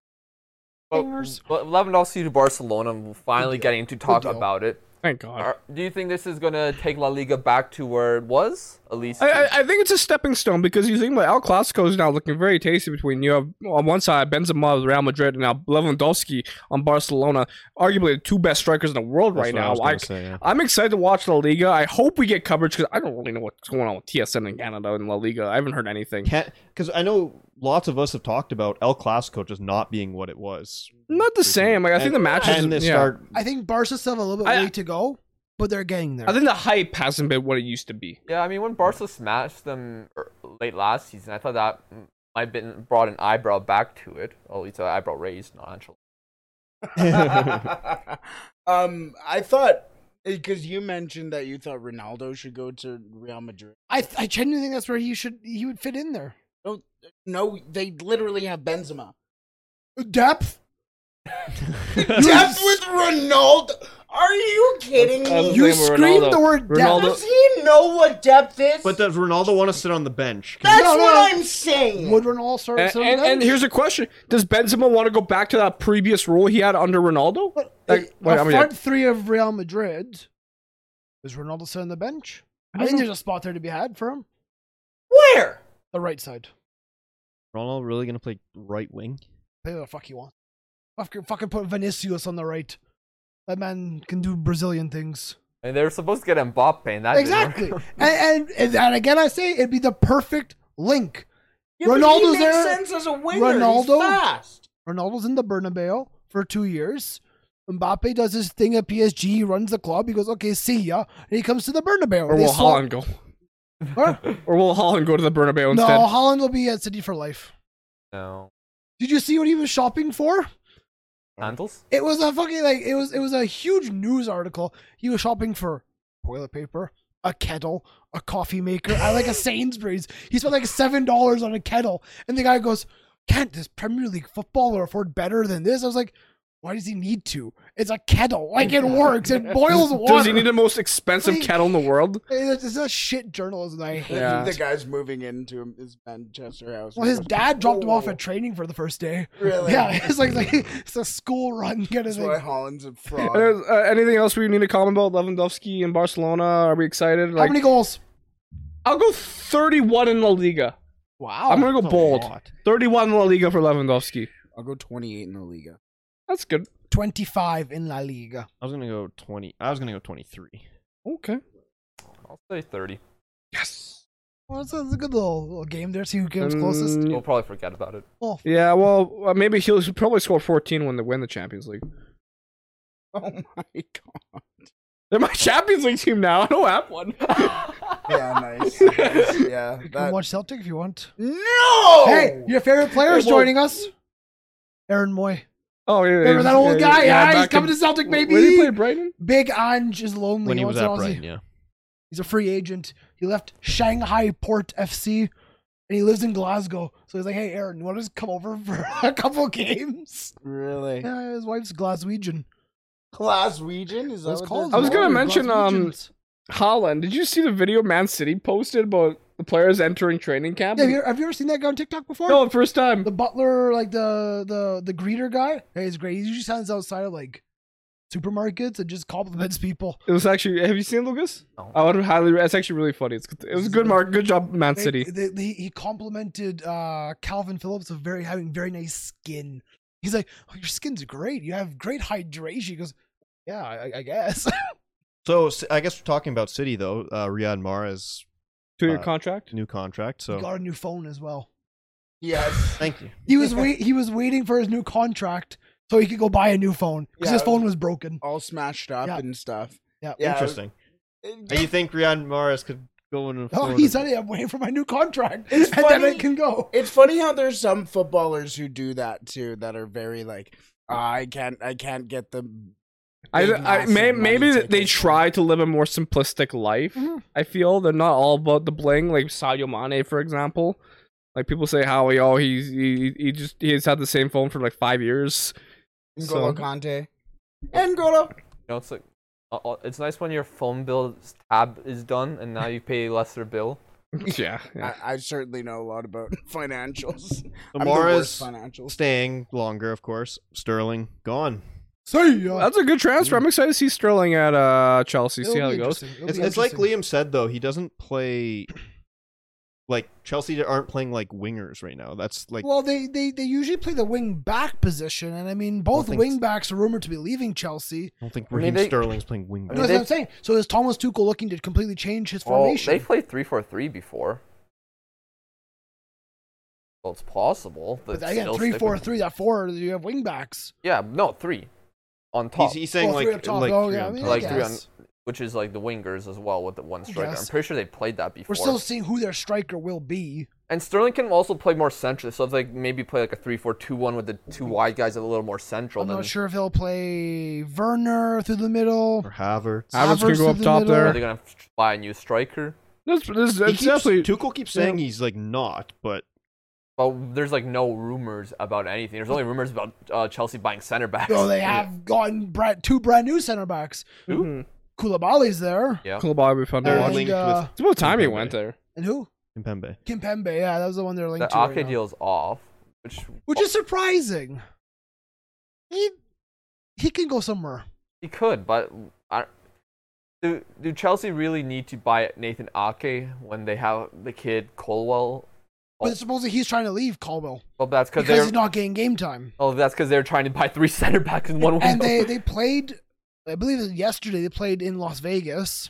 Speaker 3: Well,
Speaker 2: Fingers.
Speaker 3: well, Lewandowski to Barcelona, and we're finally
Speaker 2: Good deal.
Speaker 3: getting to talk
Speaker 2: Good deal.
Speaker 3: about it.
Speaker 4: Thank God.
Speaker 3: Are- do you think this is gonna take La Liga back to where it was? At least
Speaker 4: I, I, I think it's a stepping stone because you think about El Clasico is now looking very tasty between you have on one side Benzema of Real Madrid and now Lewandowski on Barcelona, arguably the two best strikers in the world
Speaker 7: That's
Speaker 4: right
Speaker 7: what I
Speaker 4: now.
Speaker 7: was gonna
Speaker 4: Like,
Speaker 7: say, yeah.
Speaker 4: I'm excited to watch La Liga. I hope we get coverage because I don't really know what's going on with TSN in Canada and La Liga. I haven't heard anything.
Speaker 7: because I know lots of us have talked about El Clasico just not being what it was.
Speaker 4: Not the same. Like I think
Speaker 7: And-
Speaker 4: the matches.
Speaker 7: and they
Speaker 4: yeah.
Speaker 7: start
Speaker 2: I think Barca still have a little bit
Speaker 4: I-
Speaker 2: way to go, but they're getting there.
Speaker 4: I think the hype hasn't been what it used to be.
Speaker 3: Yeah, I mean, when Barca smashed them er, late last season, I thought that m- might have been brought an eyebrow back to it. Oh, it's an eyebrow raised, not actually.
Speaker 5: um, I thought because you mentioned that you thought Ronaldo should go to Real Madrid.
Speaker 2: I, I genuinely think that's where he should he would fit in there.
Speaker 5: No, no, they literally have Benzema.
Speaker 2: Depth.
Speaker 5: Depth with Ronaldo? Are you kidding me?
Speaker 2: You screamed the word
Speaker 5: Does he know what depth is?
Speaker 7: But does Ronaldo want to sit on the bench? 'Cause
Speaker 5: That's
Speaker 2: No, no,
Speaker 5: what
Speaker 2: no.
Speaker 5: I'm saying.
Speaker 2: Woodrun all started.
Speaker 4: And, and, and here's a question: Does Benzema want to go back to that previous rule he had under Ronaldo? Like, wait,
Speaker 2: a
Speaker 4: I'm
Speaker 2: front
Speaker 4: gonna-
Speaker 2: three of Real Madrid. Is Ronaldo sit on the bench? I, think there's a spot there to be had for him.
Speaker 5: Where?
Speaker 2: The right side.
Speaker 7: Ronaldo really going to play right wing?
Speaker 2: Play where the fuck you want. Fucking, fucking put Vinicius on the right. That man can do Brazilian things.
Speaker 3: And they were supposed to get Mbappe, and that didn't work.
Speaker 2: Exactly. and, and, and and again, I say it'd be the perfect link.
Speaker 5: Yeah, but
Speaker 2: Ronaldo's
Speaker 5: he makes
Speaker 2: there.
Speaker 5: sense as a winger. He's
Speaker 2: Ronaldo?
Speaker 5: fast.
Speaker 2: Ronaldo's in the Bernabeu for two years. Mbappe does his thing at PSG. He runs the club. He goes, okay, see ya. And he comes to the Bernabeu.
Speaker 4: or
Speaker 2: They
Speaker 4: will
Speaker 2: swap-
Speaker 4: Holland go?
Speaker 2: Huh?
Speaker 4: Or will Holland go to the Bernabeu
Speaker 2: No,
Speaker 4: instead?
Speaker 2: Holland will be at City for life.
Speaker 3: No.
Speaker 2: Did you see what he was shopping for?
Speaker 3: Handles?
Speaker 2: It was a fucking like it was it was a huge news article. He was shopping for toilet paper, a kettle, a coffee maker, at like a Sainsbury's. He spent like seven dollars on a kettle, and the guy goes, "Can't this Premier League footballer afford better than this?" I was like, "Why does he need to? It's a kettle. Like it works. It boils water."
Speaker 4: Does he need the most expensive
Speaker 2: Like-
Speaker 4: kettle in the world?
Speaker 2: It's it's a shit journalism. that I hate.
Speaker 4: Yeah.
Speaker 5: The guy's moving into him- his Manchester house.
Speaker 2: Well, his dad dropped him off at training for the first day.
Speaker 5: Really?
Speaker 2: Yeah, it's like, it's like- it's a school run kind of
Speaker 5: That's
Speaker 2: thing.
Speaker 5: why Oh, Holland's a
Speaker 4: Uh,
Speaker 5: fraud.
Speaker 4: uh, anything else we need to comment about? Lewandowski and Barcelona. Are we excited?
Speaker 2: How
Speaker 4: Like,
Speaker 2: many goals?
Speaker 4: I'll go 31 in La Liga.
Speaker 2: Wow.
Speaker 4: I'm gonna go
Speaker 7: that's a
Speaker 4: bold.
Speaker 7: lot.
Speaker 4: 31 in La Liga for Lewandowski.
Speaker 5: I'll go 28 in the Liga.
Speaker 4: That's good.
Speaker 2: 25 in La Liga.
Speaker 7: I was gonna go twenty. I was gonna go twenty-three.
Speaker 4: Okay.
Speaker 3: I'll say 30.
Speaker 2: Well, it's a, it's a good little, little game there. See who comes closest.
Speaker 4: Mm,
Speaker 3: We'll probably forget about it.
Speaker 2: Oh,
Speaker 4: yeah, well, uh, maybe he'll he'll probably score 14 when they win the Champions League.
Speaker 5: Oh my god.
Speaker 4: They're my Champions League team now. I don't have one.
Speaker 5: Yeah, nice. nice. Yeah.
Speaker 2: you can
Speaker 5: That...
Speaker 2: watch Celtic if you want.
Speaker 5: No.
Speaker 2: Hey, your favorite player is
Speaker 4: Oh! Well-
Speaker 2: joining us. Aaron Moy.
Speaker 4: Oh, yeah.
Speaker 2: Remember that old guy? Yeah, he's
Speaker 4: back
Speaker 2: coming
Speaker 4: in-
Speaker 2: to Celtic,
Speaker 4: Where
Speaker 2: baby.
Speaker 4: did he play, Brighton?
Speaker 2: Big Ange is lonely.
Speaker 7: When he was
Speaker 2: wants
Speaker 7: at
Speaker 2: an Aussie.
Speaker 7: Brighton, yeah.
Speaker 2: He's a free agent. He left Shanghai Port FC and he lives in Glasgow. So he's like, hey, Aaron, want to just come over for a couple games?
Speaker 5: Really?
Speaker 2: Yeah, his wife's Glaswegian.
Speaker 5: Class region is that
Speaker 2: That's
Speaker 5: what
Speaker 2: called.
Speaker 5: that's
Speaker 4: I was gonna
Speaker 5: called?
Speaker 4: mention, um,
Speaker 2: Glaswegians.
Speaker 4: Holland. Did you see the video Man City posted about the players entering training camp?
Speaker 2: Yeah, have, you, have you ever seen that guy on TikTok before?
Speaker 4: no, first time.
Speaker 2: The butler, like the the the greeter guy. Hey, he's great. He usually stands outside of like supermarkets and just compliments people.
Speaker 4: It was actually. Have you seen Lucas? I would highly. It's actually really funny. It's, it was good. Mark. Good job, Man
Speaker 2: They-
Speaker 4: City.
Speaker 2: they- they- he complimented uh, Calvin Phillips of very having very nice skin. He's like, oh, your skin's great. You have great hydration. He goes, yeah, I, I guess.
Speaker 7: So s- I guess we're talking about City though. Uh, Riyad Mahrez
Speaker 4: Two year
Speaker 7: uh,
Speaker 4: contract.
Speaker 7: new contract.
Speaker 2: he
Speaker 7: So
Speaker 2: got a new phone as well.
Speaker 5: Yes.
Speaker 7: thank you.
Speaker 2: He was wait, he was waiting for his new contract so he could go buy a new phone because his
Speaker 5: Yeah.
Speaker 2: phone was broken.
Speaker 5: All smashed up
Speaker 2: Yeah.
Speaker 5: and stuff.
Speaker 2: Yeah.
Speaker 5: Yeah.
Speaker 7: Interesting.
Speaker 5: It-
Speaker 7: And you think Riyad Mahrez could go in?
Speaker 2: Oh, he said, hey, I'm waiting for my new contract,
Speaker 5: It's
Speaker 2: and then
Speaker 5: funny-
Speaker 2: it can go.
Speaker 5: It's funny how there's some footballers who do that too that are very like "Ah, I can't I can't get the
Speaker 4: I,
Speaker 5: big,
Speaker 4: I
Speaker 5: massive
Speaker 4: may,
Speaker 5: money
Speaker 4: maybe
Speaker 5: ticket.
Speaker 4: they try to live a more simplistic life.
Speaker 2: Mm-hmm.
Speaker 4: I feel they're not all about the bling. Like Sadio Mane, for example. Like people say, how he, oh, he's he, he just he's had the same phone for like five years.
Speaker 5: N'Golo
Speaker 4: So-
Speaker 5: Kante. N'Golo.
Speaker 3: You know, it's like uh, uh, it's nice when your phone bill tab is done and now you pay lesser bill.
Speaker 4: yeah, yeah.
Speaker 5: I, I certainly know a lot about financials. I'm the worst
Speaker 7: Mahrez
Speaker 5: financials.
Speaker 7: staying longer, of course. Sterling gone.
Speaker 2: See ya.
Speaker 4: that's a good transfer.
Speaker 5: Mm-hmm.
Speaker 4: I'm excited to see Sterling at uh Chelsea.
Speaker 2: It'll
Speaker 4: See how
Speaker 2: be
Speaker 4: it goes.
Speaker 2: interesting. It'll
Speaker 7: It's,
Speaker 2: be
Speaker 7: it's like
Speaker 2: interesting.
Speaker 7: Liam said though. He doesn't play. Like Chelsea aren't playing like wingers right now. That's like
Speaker 2: well, they, they they usually play the wing back position, and I mean, both
Speaker 7: think-
Speaker 2: wing backs are rumored to be leaving Chelsea.
Speaker 7: I don't think
Speaker 3: I mean,
Speaker 7: Raheem
Speaker 3: they-
Speaker 7: Sterling's playing wing.
Speaker 3: I
Speaker 2: No,
Speaker 3: mean,
Speaker 2: that's
Speaker 3: they-
Speaker 2: what I'm saying. So is Thomas Tuchel looking to completely change his
Speaker 3: Well,
Speaker 2: formation?
Speaker 3: they played three four three before. Well, it's possible.
Speaker 2: but
Speaker 3: they'd
Speaker 2: again,
Speaker 3: still
Speaker 2: three,
Speaker 3: stick
Speaker 2: four,
Speaker 3: with-
Speaker 2: three. That four, you have wing backs.
Speaker 3: Yeah, no, three on top,
Speaker 7: He's, he's saying
Speaker 2: Well, three up
Speaker 7: like
Speaker 2: top.
Speaker 7: like
Speaker 2: Oh,
Speaker 7: three
Speaker 2: yeah, I
Speaker 7: on
Speaker 2: mean,
Speaker 7: top.
Speaker 3: like three on,
Speaker 2: guess.
Speaker 3: which is like the wingers as well with the one striker. I'm
Speaker 2: Yes.
Speaker 3: pretty sure they played that before.
Speaker 2: We're still seeing who their striker will be.
Speaker 3: And Sterling can also play more centrally. So if they maybe play like a 3-4-2-1 with the two wide guys a little more central.
Speaker 2: Mm-hmm. I'm
Speaker 3: then
Speaker 2: not sure if he'll play Werner through the middle.
Speaker 7: or Havertz.
Speaker 4: Havertz can
Speaker 2: Havertz
Speaker 4: go up
Speaker 2: in the
Speaker 4: top
Speaker 2: middle.
Speaker 3: Are
Speaker 4: there.
Speaker 3: they gonna f- buy a new striker?
Speaker 4: That's, that's,
Speaker 7: He
Speaker 4: that's
Speaker 7: keeps-
Speaker 4: definitely
Speaker 7: Tuchel keeps saying he's like not, but
Speaker 3: But there's like no rumors about anything. There's only rumors about uh, Chelsea buying center backs.
Speaker 2: So they have gotten brand, two brand new center backs.
Speaker 4: Mhm.
Speaker 2: Koulibali's there,
Speaker 3: Yeah.
Speaker 4: Koulibaly found
Speaker 7: they're
Speaker 4: one.
Speaker 2: And,
Speaker 7: linked
Speaker 2: uh,
Speaker 4: It's about time he
Speaker 7: Mbappe.
Speaker 4: went there.
Speaker 2: and who?
Speaker 7: with Mpembe.
Speaker 2: Kimpembe. Yeah, that was the one they're
Speaker 3: The
Speaker 2: linked to. right
Speaker 3: Ake
Speaker 2: now.
Speaker 3: deal's off, which
Speaker 2: which is surprising. He he can go somewhere.
Speaker 3: he could. But I, do do Chelsea really need to buy Nathan Ake when they have the kid Colwell? Oh.
Speaker 2: But supposedly he's trying to leave Caldwell
Speaker 3: Well, that's cause
Speaker 2: because
Speaker 3: they're
Speaker 2: he's not getting game time.
Speaker 3: oh that's because they're trying to buy three center backs in one
Speaker 2: And they
Speaker 3: window.
Speaker 2: they played, I believe it was yesterday they played in Las Vegas,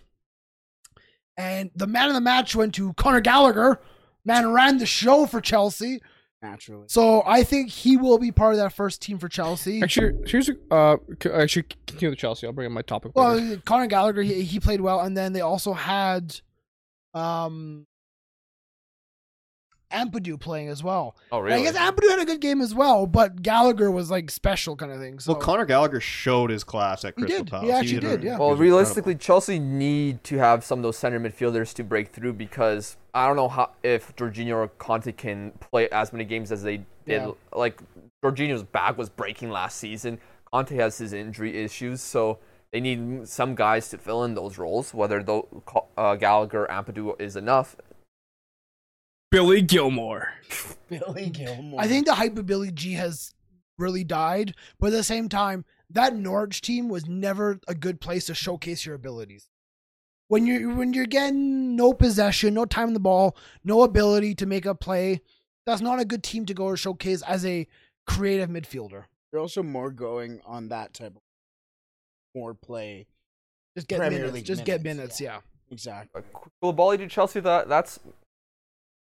Speaker 2: and the man of the match went to Connor Gallagher. Man ran the show for Chelsea,
Speaker 5: Naturally.
Speaker 2: so I think he will be part of that first team for Chelsea.
Speaker 4: Actually, here's a, uh, c- actually continue with Chelsea. I'll bring up my topic. later.
Speaker 2: Well, Conor Gallagher he, he played well, and then they also had, um, Ampadu playing as well.
Speaker 3: Oh,
Speaker 2: And I guess
Speaker 3: really?
Speaker 2: Ampadu had a good game as well, but Gallagher was like special kind of thing. So
Speaker 7: well, Connor Gallagher showed his class at
Speaker 2: Oh. He
Speaker 7: Crystal
Speaker 2: did. He
Speaker 7: Palace.
Speaker 2: actually
Speaker 7: hit
Speaker 2: did,
Speaker 7: a-
Speaker 2: yeah.
Speaker 7: he
Speaker 3: Well,
Speaker 7: was
Speaker 3: realistically,
Speaker 7: incredible.
Speaker 3: Chelsea need to have some of those center midfielders to break through because I don't know how if Jorginho or Conte can play as many games as they did.
Speaker 2: Yeah.
Speaker 3: Like Jorginho's back was breaking last season. Conte has his injury issues, so they need some guys to fill in those roles. Whether though uh, Gallagher, Ampadu is enough.
Speaker 4: Billy Gilmore.
Speaker 5: Billy Gilmore.
Speaker 2: I think the hype of Billy G has really died, but at the same time, that Norwich team was never a good place to showcase your abilities. When you when you're getting no possession, no time in the ball, no ability to make a play, that's not a good team to go to showcase as a creative midfielder.
Speaker 5: They're also more going on that type of more play.
Speaker 2: Just get
Speaker 5: Premier
Speaker 2: minutes.
Speaker 5: League
Speaker 2: just get
Speaker 5: minutes,
Speaker 2: minutes. Yeah.
Speaker 5: Exactly.
Speaker 3: Koulibaly to Chelsea, that that's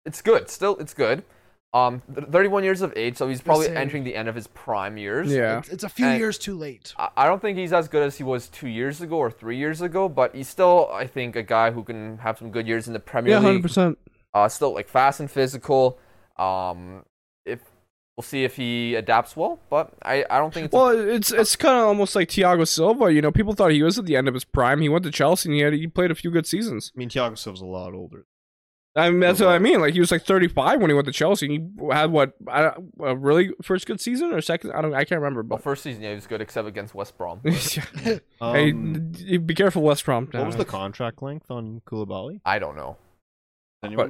Speaker 3: it's good. Still, it's good. Um, th- 31 years of age, so he's probably
Speaker 2: Listen.
Speaker 3: entering the end of his prime years.
Speaker 4: Yeah.
Speaker 2: It's a few
Speaker 3: And-
Speaker 2: years too late.
Speaker 3: I I don't think he's as good as he was two years ago or three years ago, but he's still, I think, a guy who can have some good years in the Premier
Speaker 4: Yeah, hundred
Speaker 3: League.
Speaker 4: percent.
Speaker 3: Uh, still like fast and physical. Um, if we'll see if he adapts well, but I, I don't think it's a-
Speaker 4: Well, it's it's kind of almost like Thiago Silva. You know, people thought he was at the end of his prime. He went to Chelsea and he had he played a few good seasons.
Speaker 7: I mean, Thiago Silva's a lot older.
Speaker 4: I mean, that's what I mean. Like he was like 35 when he went to Chelsea and he had what I, don't- a really first good season or second. I don't. I can't remember.
Speaker 3: well,
Speaker 4: But
Speaker 3: first season yeah, he was good except against West Brom.
Speaker 4: hey,
Speaker 7: Um,
Speaker 4: d- d- be careful, West Brom.
Speaker 7: what was the contract length on Koulibaly?
Speaker 3: I don't know.
Speaker 7: Anyone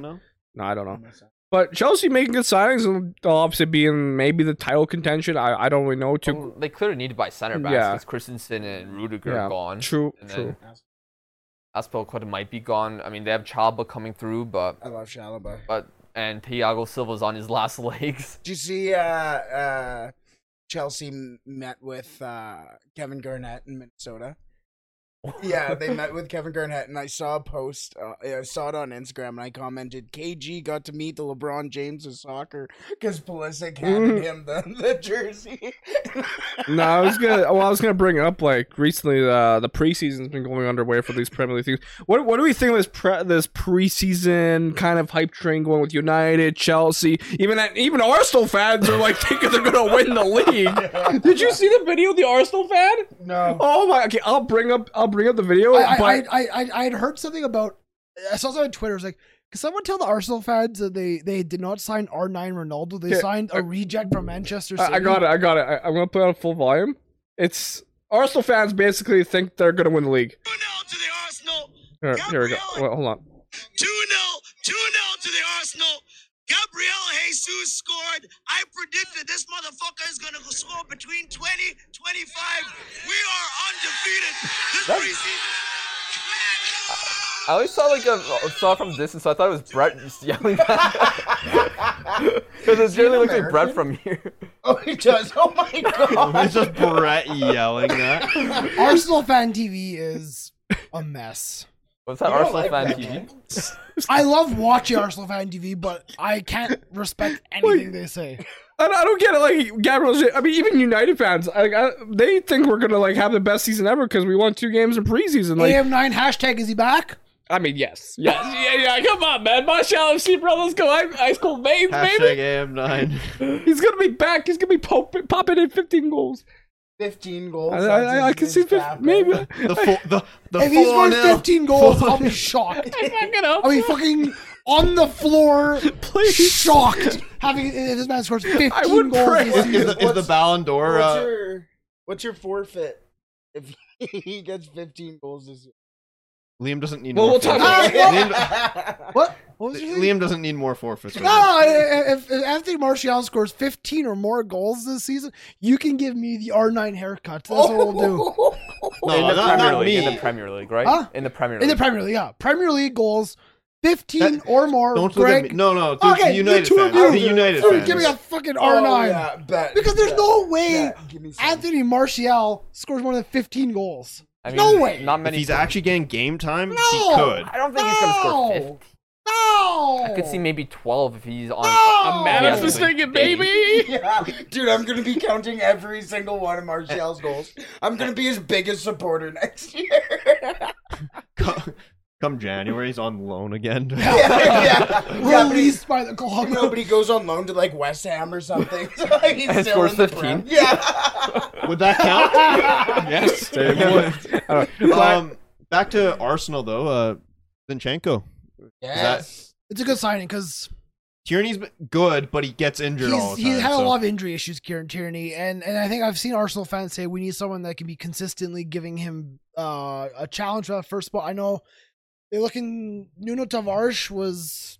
Speaker 4: But-
Speaker 7: know?
Speaker 4: No, I don't know. But Chelsea making good signings and they'll obviously be in maybe the title contention. I, I don't really know. Too
Speaker 3: Well, they clearly need to buy center backs
Speaker 4: Yeah.
Speaker 3: because Christensen and Rudiger
Speaker 4: Yeah,
Speaker 3: are gone.
Speaker 4: true,
Speaker 3: Oh. And
Speaker 4: true.
Speaker 3: then Aspelqueta might be gone. I mean, they have Chalba coming through, but
Speaker 5: I love Shalaba.
Speaker 3: but and Thiago Silva's on his last legs.
Speaker 5: Did you see uh, uh, Chelsea m- met with uh, Kevin Garnett in Minnesota? yeah, they met with Kevin Garnett, and I saw a post. Uh, I saw it on Instagram, and I commented, "KG got to meet the LeBron James of soccer because Pulisic handed him the, the jersey."
Speaker 4: no, I was gonna. Well, I was gonna bring up like recently uh, the preseason's been going underway for these Premier League teams. What what do we think of this pre- this preseason kind of hype train going with United, Chelsea, even that, even Arsenal fans are like thinking they're gonna win the league. Did you see the video of the Arsenal fan?
Speaker 2: No.
Speaker 4: Oh my. Okay, I'll bring up I'll bring up the video.
Speaker 2: I, I,
Speaker 4: but
Speaker 2: I, I, I, I had heard something about. I saw something on Twitter. It's like, can someone tell the Arsenal fans that they, they did not sign R9 Ronaldo? They
Speaker 4: Yeah,
Speaker 2: signed a reject from Manchester City.
Speaker 4: I, I got it. I got it. I, I'm gonna put it on full volume. It's Arsenal fans basically think they're gonna win the league. Here, here we go. Well, hold on.
Speaker 9: 2 0, 2 0 to the Arsenal. Gabriel Jesus scored. I predicted this motherfucker is going to score between 20 25. We are undefeated this
Speaker 3: That's-
Speaker 9: preseason.
Speaker 3: I always saw like a a- saw from distance, so I thought it was Brett just yelling. Because it really looks like Brett from here.
Speaker 5: oh, he does. Oh my god!
Speaker 7: It's just Brett yelling that.
Speaker 2: Arsenal fan TV is a mess.
Speaker 3: What's that Arsenal fan TV?
Speaker 2: I love watching Arsenal fan TV, but I can't respect anything they say.
Speaker 4: I, I don't get it. Like Gabriel's. I mean, even United fans, like I, they think we're gonna like have the best season ever because we won two games in preseason. Like,
Speaker 2: AM9 hashtag is he back?
Speaker 4: I mean, yes, yes, yeah, yeah. Come on, man, Marshall FC, bro, let's go. I, I school babes,
Speaker 7: Hashtag
Speaker 4: baby.
Speaker 7: AM9.
Speaker 4: He's gonna be back. He's gonna be pop, popping in 15 goals.
Speaker 5: Fifteen goals.
Speaker 4: I, I, I, I can see 15, maybe.
Speaker 7: The four, the, the
Speaker 2: If he scores
Speaker 7: four nil.
Speaker 2: 15 goals, I'll be shocked.
Speaker 4: Fucking hell.
Speaker 2: I'll be fucking on the floor, shocked. Having if this man scores 15
Speaker 4: I would
Speaker 2: goals.
Speaker 4: pray.
Speaker 2: this
Speaker 7: Is, is
Speaker 2: season.
Speaker 7: the, is the
Speaker 5: What's-
Speaker 7: Ballon d'Or?
Speaker 5: what's,
Speaker 7: Uh,
Speaker 5: your, what's your forfeit if he gets 15 goals this year?
Speaker 7: Liam doesn't need
Speaker 4: Well,
Speaker 7: more
Speaker 4: we'll talk
Speaker 7: forfeits. Liam,
Speaker 2: What? What was your thing?
Speaker 7: Liam doesn't need more forfeits.
Speaker 2: No, no, if, if Anthony Martial scores 15 or more goals this season, you can give me the R9 haircut. That's what we'll
Speaker 5: Oh!
Speaker 2: do.
Speaker 7: No,
Speaker 3: in the
Speaker 7: not,
Speaker 3: Premier
Speaker 7: not
Speaker 3: League. In
Speaker 7: me.
Speaker 3: the Premier League, right?
Speaker 2: Huh?
Speaker 3: In the Premier League.
Speaker 2: In the Premier League, yeah. Premier League goals, 15
Speaker 7: That-
Speaker 2: or more.
Speaker 7: Don't look
Speaker 2: Greg.
Speaker 7: at me. No, no. The
Speaker 2: Okay,
Speaker 7: United
Speaker 2: the two
Speaker 7: fans.
Speaker 2: of you.
Speaker 7: The United
Speaker 2: Dude,
Speaker 7: fans.
Speaker 2: Give me a fucking
Speaker 5: Oh,
Speaker 2: R9.
Speaker 5: yeah, bet,
Speaker 2: Because there's
Speaker 5: bet,
Speaker 2: no way
Speaker 5: bet. Give me some.
Speaker 2: Anthony Martial scores more than 15 goals.
Speaker 3: I mean,
Speaker 2: no way.
Speaker 3: Not
Speaker 7: If
Speaker 3: many.
Speaker 7: he's
Speaker 3: people-
Speaker 7: actually getting game time,
Speaker 2: No!
Speaker 7: he could.
Speaker 3: I don't think he's gonna score
Speaker 2: No.
Speaker 3: 50.
Speaker 2: No!
Speaker 3: I could see maybe 12 if he's on.
Speaker 2: No!
Speaker 3: if
Speaker 2: A
Speaker 3: he
Speaker 2: man
Speaker 3: has
Speaker 2: of
Speaker 3: a big day.
Speaker 5: Yeah, dude, I'm gonna be counting every single one of Martial's goals. I'm gonna be his biggest supporter next year.
Speaker 7: Come, come January, he's on loan again.
Speaker 5: yeah, yeah, but he-
Speaker 2: Released by the club.
Speaker 5: no, but he goes on loan to like West Ham or something. So like, he's
Speaker 3: And
Speaker 5: still
Speaker 3: scores
Speaker 5: in the
Speaker 3: 15.
Speaker 5: prem. Yeah.
Speaker 7: Would that count? yes. um, back to Arsenal though. Uh, Zinchenko.
Speaker 5: Yes.
Speaker 2: It's a good signing because
Speaker 7: Tierney's been good, but he gets injured all
Speaker 2: he's,
Speaker 7: the
Speaker 2: he's
Speaker 7: time.
Speaker 2: had a
Speaker 7: so-
Speaker 2: lot of injury issues, Kieran Tierney, and and I think I've seen Arsenal fans say we need someone that can be consistently giving him uh, a challenge for that first spot. I know they're looking. Nuno Tavares was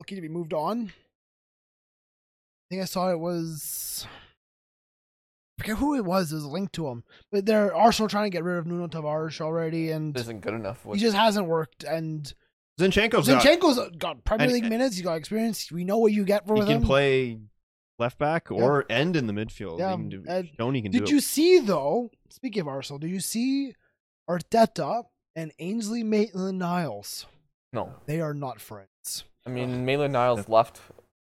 Speaker 2: looking to be moved on. I think I saw it was. I forget who it was. It was linked to him, but they're Arsenal trying to get rid of Nuno Tavares already,
Speaker 3: This
Speaker 2: and
Speaker 3: isn't good enough.
Speaker 2: he
Speaker 3: With,
Speaker 2: just hasn't worked. And
Speaker 7: Zinchenko's got-
Speaker 2: Zinchenko's got Premier
Speaker 7: And-
Speaker 2: League minutes. He's got experience. We know what you get for
Speaker 7: He
Speaker 2: with
Speaker 7: can
Speaker 2: him.
Speaker 7: play left back or end in the midfield.
Speaker 2: Yeah,
Speaker 7: He can do,
Speaker 2: uh,
Speaker 7: Stoney can do
Speaker 2: Did
Speaker 7: it.
Speaker 2: you see though? Speaking of Arsenal, did you see Arteta and Ainsley Maitland-Niles?
Speaker 3: No,
Speaker 2: They are not friends.
Speaker 3: I mean Maitland Niles left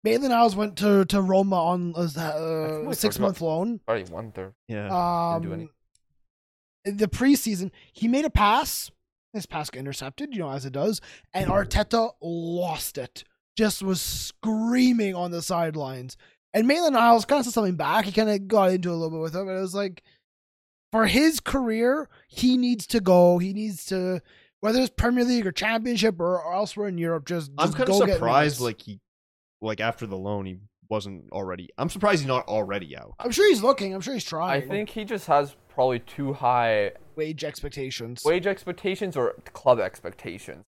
Speaker 2: Maitland-Niles went to, to Roma on a
Speaker 3: I think we
Speaker 2: uh,
Speaker 3: talked
Speaker 2: six month
Speaker 3: about-
Speaker 2: loan.
Speaker 3: already one third.
Speaker 7: yeah.
Speaker 3: Didn't
Speaker 2: Um,
Speaker 3: do any.
Speaker 2: in the preseason, he made a pass. His pass got intercepted, you know, as it does, and Arteta lost it. Just was screaming on the sidelines. And Maitland Niles kind of said something back. He kind of got into it a little bit with him, and it was like, for his career, he needs to go. He needs to, whether it's Premier League or Championship or, or elsewhere in Europe, just,
Speaker 7: I'm
Speaker 2: just
Speaker 7: kind
Speaker 2: go
Speaker 7: of
Speaker 2: get
Speaker 7: surprised,
Speaker 2: minutes.
Speaker 7: like he, like after the loan, he wasn't already. I'm surprised he's not already out.
Speaker 2: I'm sure he's looking. I'm sure he's
Speaker 3: I
Speaker 2: trying.
Speaker 3: think he just has probably too high
Speaker 2: wage expectations.
Speaker 3: wage expectations or club expectations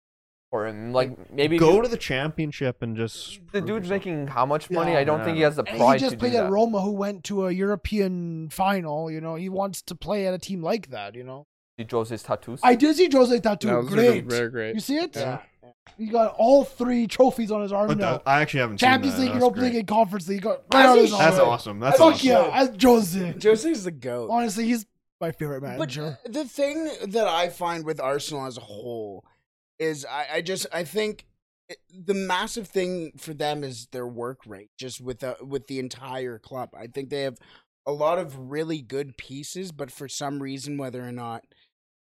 Speaker 3: for him. Like maybe
Speaker 7: Go to the championship and just
Speaker 3: the
Speaker 7: prove
Speaker 3: dude's
Speaker 7: yourself.
Speaker 3: making how much money?
Speaker 2: Yeah.
Speaker 3: I don't
Speaker 7: Yeah,
Speaker 3: think he
Speaker 7: I
Speaker 3: has the
Speaker 2: And he
Speaker 3: pride to
Speaker 2: just
Speaker 3: do
Speaker 2: played at
Speaker 3: that.
Speaker 2: Roma, who went to a European final. You know, he wants to play at a team like that. You know,
Speaker 3: He draws his tattoos.
Speaker 2: I did see Jose Tattoo.
Speaker 4: No, those are
Speaker 2: great,
Speaker 4: very great.
Speaker 2: You see it?
Speaker 4: Yeah.
Speaker 2: He got all three trophies on his arm
Speaker 7: But
Speaker 2: now.
Speaker 7: that- I actually haven't
Speaker 2: Champions
Speaker 7: seen that.
Speaker 2: League,
Speaker 7: That's
Speaker 2: Europa
Speaker 7: great.
Speaker 2: League, and Conference League. He got
Speaker 5: Has
Speaker 2: right on
Speaker 5: he?
Speaker 2: his
Speaker 7: That's
Speaker 2: arm.
Speaker 7: awesome. That's
Speaker 2: Fuck
Speaker 7: awesome.
Speaker 2: yeah, that's Jose.
Speaker 5: Jose's the goat.
Speaker 2: Honestly, he's my favorite
Speaker 5: But
Speaker 2: manager.
Speaker 5: the thing that I find with Arsenal as a whole is I, I just I think it- the massive thing for them is their work rate, just with the, with the entire club. I think they have a lot of really good pieces, but for some reason, whether or not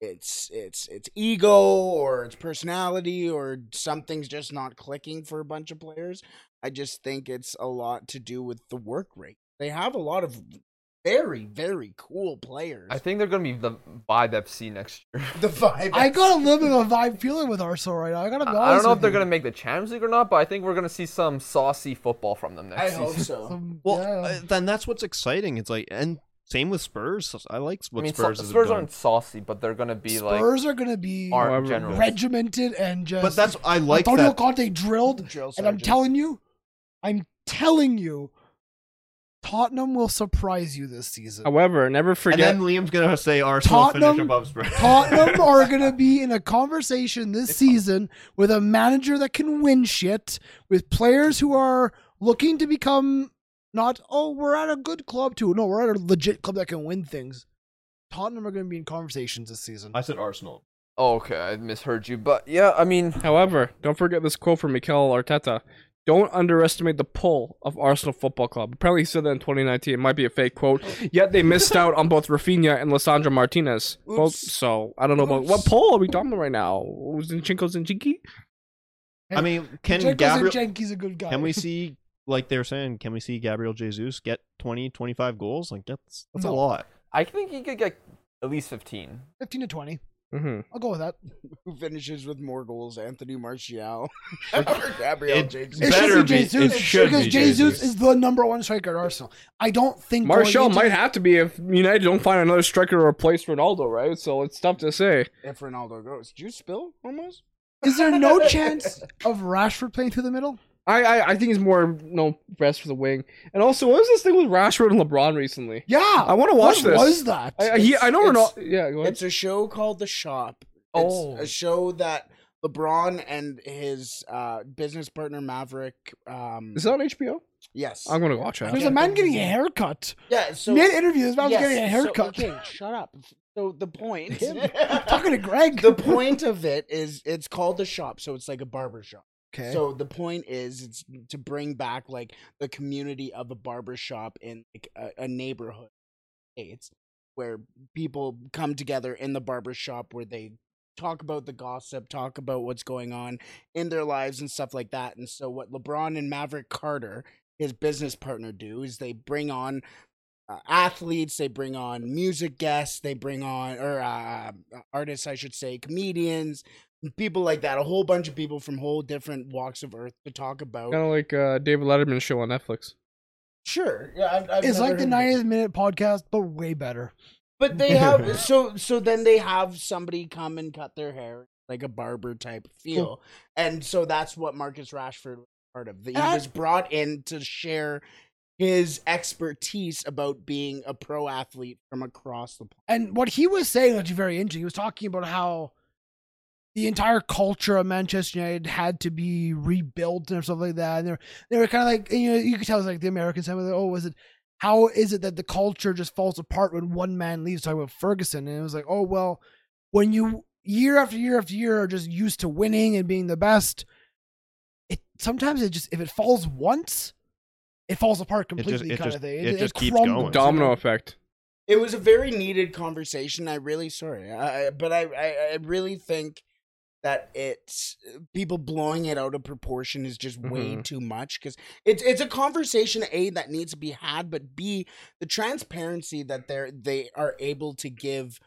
Speaker 5: it's it's it's ego or it's personality or something's just not clicking for a bunch of players, I just think it's a lot to do with the work rate. They have a lot of very very cool players.
Speaker 3: I think they're gonna be the vibe FC next year.
Speaker 5: the vibe.
Speaker 2: I got a little bit of a vibe feeling with Arsenal right now. I gotta be honest.
Speaker 3: I I don't know
Speaker 2: with
Speaker 3: if they're
Speaker 2: you.
Speaker 3: gonna make the Champions League or not, but I think we're gonna see some saucy football from them next
Speaker 5: I
Speaker 3: season.
Speaker 5: hope so.
Speaker 2: Some-
Speaker 7: Well,
Speaker 2: yeah.
Speaker 7: uh, then that's what's exciting. It's like and same with Spurs. I like
Speaker 3: I
Speaker 7: what
Speaker 3: mean,
Speaker 7: Spurs
Speaker 3: Spurs,
Speaker 7: is
Speaker 3: Spurs
Speaker 7: doing.
Speaker 3: aren't saucy, but they're gonna be
Speaker 2: Spurs are gonna be
Speaker 3: like aren't
Speaker 4: However-
Speaker 3: general.
Speaker 2: regimented and just.
Speaker 7: But that's I like
Speaker 2: Antonio
Speaker 7: that.
Speaker 2: Conte drilled,
Speaker 5: Drill
Speaker 2: and I'm
Speaker 5: sergeant.
Speaker 2: telling you, I'm telling you, Tottenham will surprise you this season.
Speaker 4: However, never
Speaker 7: and
Speaker 4: forget.
Speaker 7: then Liam's gonna say Arsenal
Speaker 2: Tottenham-
Speaker 7: finish above Spurs.
Speaker 2: Tottenham are going to be in a conversation this season with a manager that can win shit, with players who are looking to become not, oh, we're at a good club too. No, we're at a legit club that can win things. Tottenham are going to be in conversations this season.
Speaker 7: I said Arsenal.
Speaker 3: Oh, okay, I misheard you, but yeah, I mean,
Speaker 4: However, don't forget this quote from Mikel Arteta. Don't underestimate the pull of Arsenal Football Club. Apparently, he said that in 2019. It might be a fake quote. Yet they missed out on both Rafinha and Lissandra Martinez. Both,
Speaker 5: Oops.
Speaker 4: so I don't know about
Speaker 5: Oops.
Speaker 4: what poll are we talking about right now. Zinchenko Zinchenko?
Speaker 7: I mean, can
Speaker 2: Jenko
Speaker 7: Gabriel?
Speaker 2: Zinchenko's a good guy.
Speaker 7: Can we see like they were saying? Can we see Gabriel Jesus get 20, 25 goals? Like that's that's a
Speaker 2: No.
Speaker 7: lot.
Speaker 3: I think he could get at least fifteen.
Speaker 2: 15 to 20.
Speaker 4: Mm-hmm.
Speaker 2: I'll go with that.
Speaker 5: Who finishes with more goals, Anthony Martial or Gabriel
Speaker 7: It-
Speaker 5: Jesus?
Speaker 2: It
Speaker 7: Better
Speaker 2: should be
Speaker 7: be- it
Speaker 2: Jesus
Speaker 7: should
Speaker 2: because
Speaker 7: be
Speaker 2: Jesus.
Speaker 7: Jesus.
Speaker 2: is the number one striker at Arsenal. I don't think going
Speaker 4: Martial
Speaker 2: into-
Speaker 4: might have to be if United don't find another striker to replace Ronaldo, right? So it's tough to say.
Speaker 5: If Ronaldo goes, did you spill almost?
Speaker 2: Is there no chance of Rashford playing through the middle?
Speaker 4: I I, I think he's more you know, best for the wing. And also, what was this thing with Rashford and LeBron recently?
Speaker 2: Yeah, I
Speaker 4: wanna watch
Speaker 2: what
Speaker 4: this.
Speaker 2: What was that?
Speaker 4: I I, he, I know
Speaker 5: It's-
Speaker 4: Ronaldo. Yeah, go ahead.
Speaker 5: It's a show called The Shop. It's
Speaker 3: Oh.
Speaker 5: a show that LeBron and his uh, business partner Maverick. Um,
Speaker 4: Mm-hmm. Is that on HBO?
Speaker 5: yes?
Speaker 4: I'm gonna watch that.
Speaker 2: There's a man getting a haircut.
Speaker 5: yeah. So
Speaker 2: Mid interview, this man's
Speaker 5: yes,
Speaker 2: getting a
Speaker 5: so-
Speaker 2: haircut.
Speaker 5: okay, shut up. So the point.
Speaker 2: Talking to Greg.
Speaker 5: the point of it is it's called the shop so it's like a barber shop
Speaker 2: Okay.
Speaker 5: so the point is it's to bring back like the community of a barber shop in like a, a neighborhood it's where people come together in the barber shop where they talk about the gossip talk about what's going on in their lives and stuff like that and so what lebron and maverick carter his business partner do is they bring on uh, athletes they bring on music guests they bring on or uh, artists i should say comedians people like that a whole bunch of people from whole different walks of earth to talk about
Speaker 4: Kind of like uh, David Letterman's show on Netflix.
Speaker 5: sure yeah I've, I've
Speaker 2: it's
Speaker 5: never
Speaker 2: like the
Speaker 5: heard of it.
Speaker 2: 90th minute podcast, but way better.
Speaker 5: but they have so so then they have somebody come and cut their hair like a barber type feel and so that's what marcus rashford was part of he
Speaker 2: Ah.
Speaker 5: was brought in to share his expertise about being a pro athlete from across the
Speaker 2: And what he was saying, that's very interesting. He was talking about how the entire culture of Manchester United had to be rebuilt or something like that. And they were, they were kind of like, you know, you could tell it's like the American side, like, oh, was it, how is it that the culture just falls apart when one man leaves? Talking about Ferguson. And it was like, oh, well, when you year after year after year are just used to winning and being the best, it sometimes it just, if it falls once, it falls apart completely
Speaker 7: it
Speaker 2: kind
Speaker 7: just-
Speaker 2: of thing.
Speaker 7: it just keeps going.
Speaker 4: Domino effect.
Speaker 5: It was a very needed conversation. I really sorry, I, I- but I, I I really think that it's uh, people blowing it out of proportion is just way
Speaker 4: Mhm.
Speaker 5: too much because it's it's a conversation a that needs to be had, but b the transparency that they're they are able to give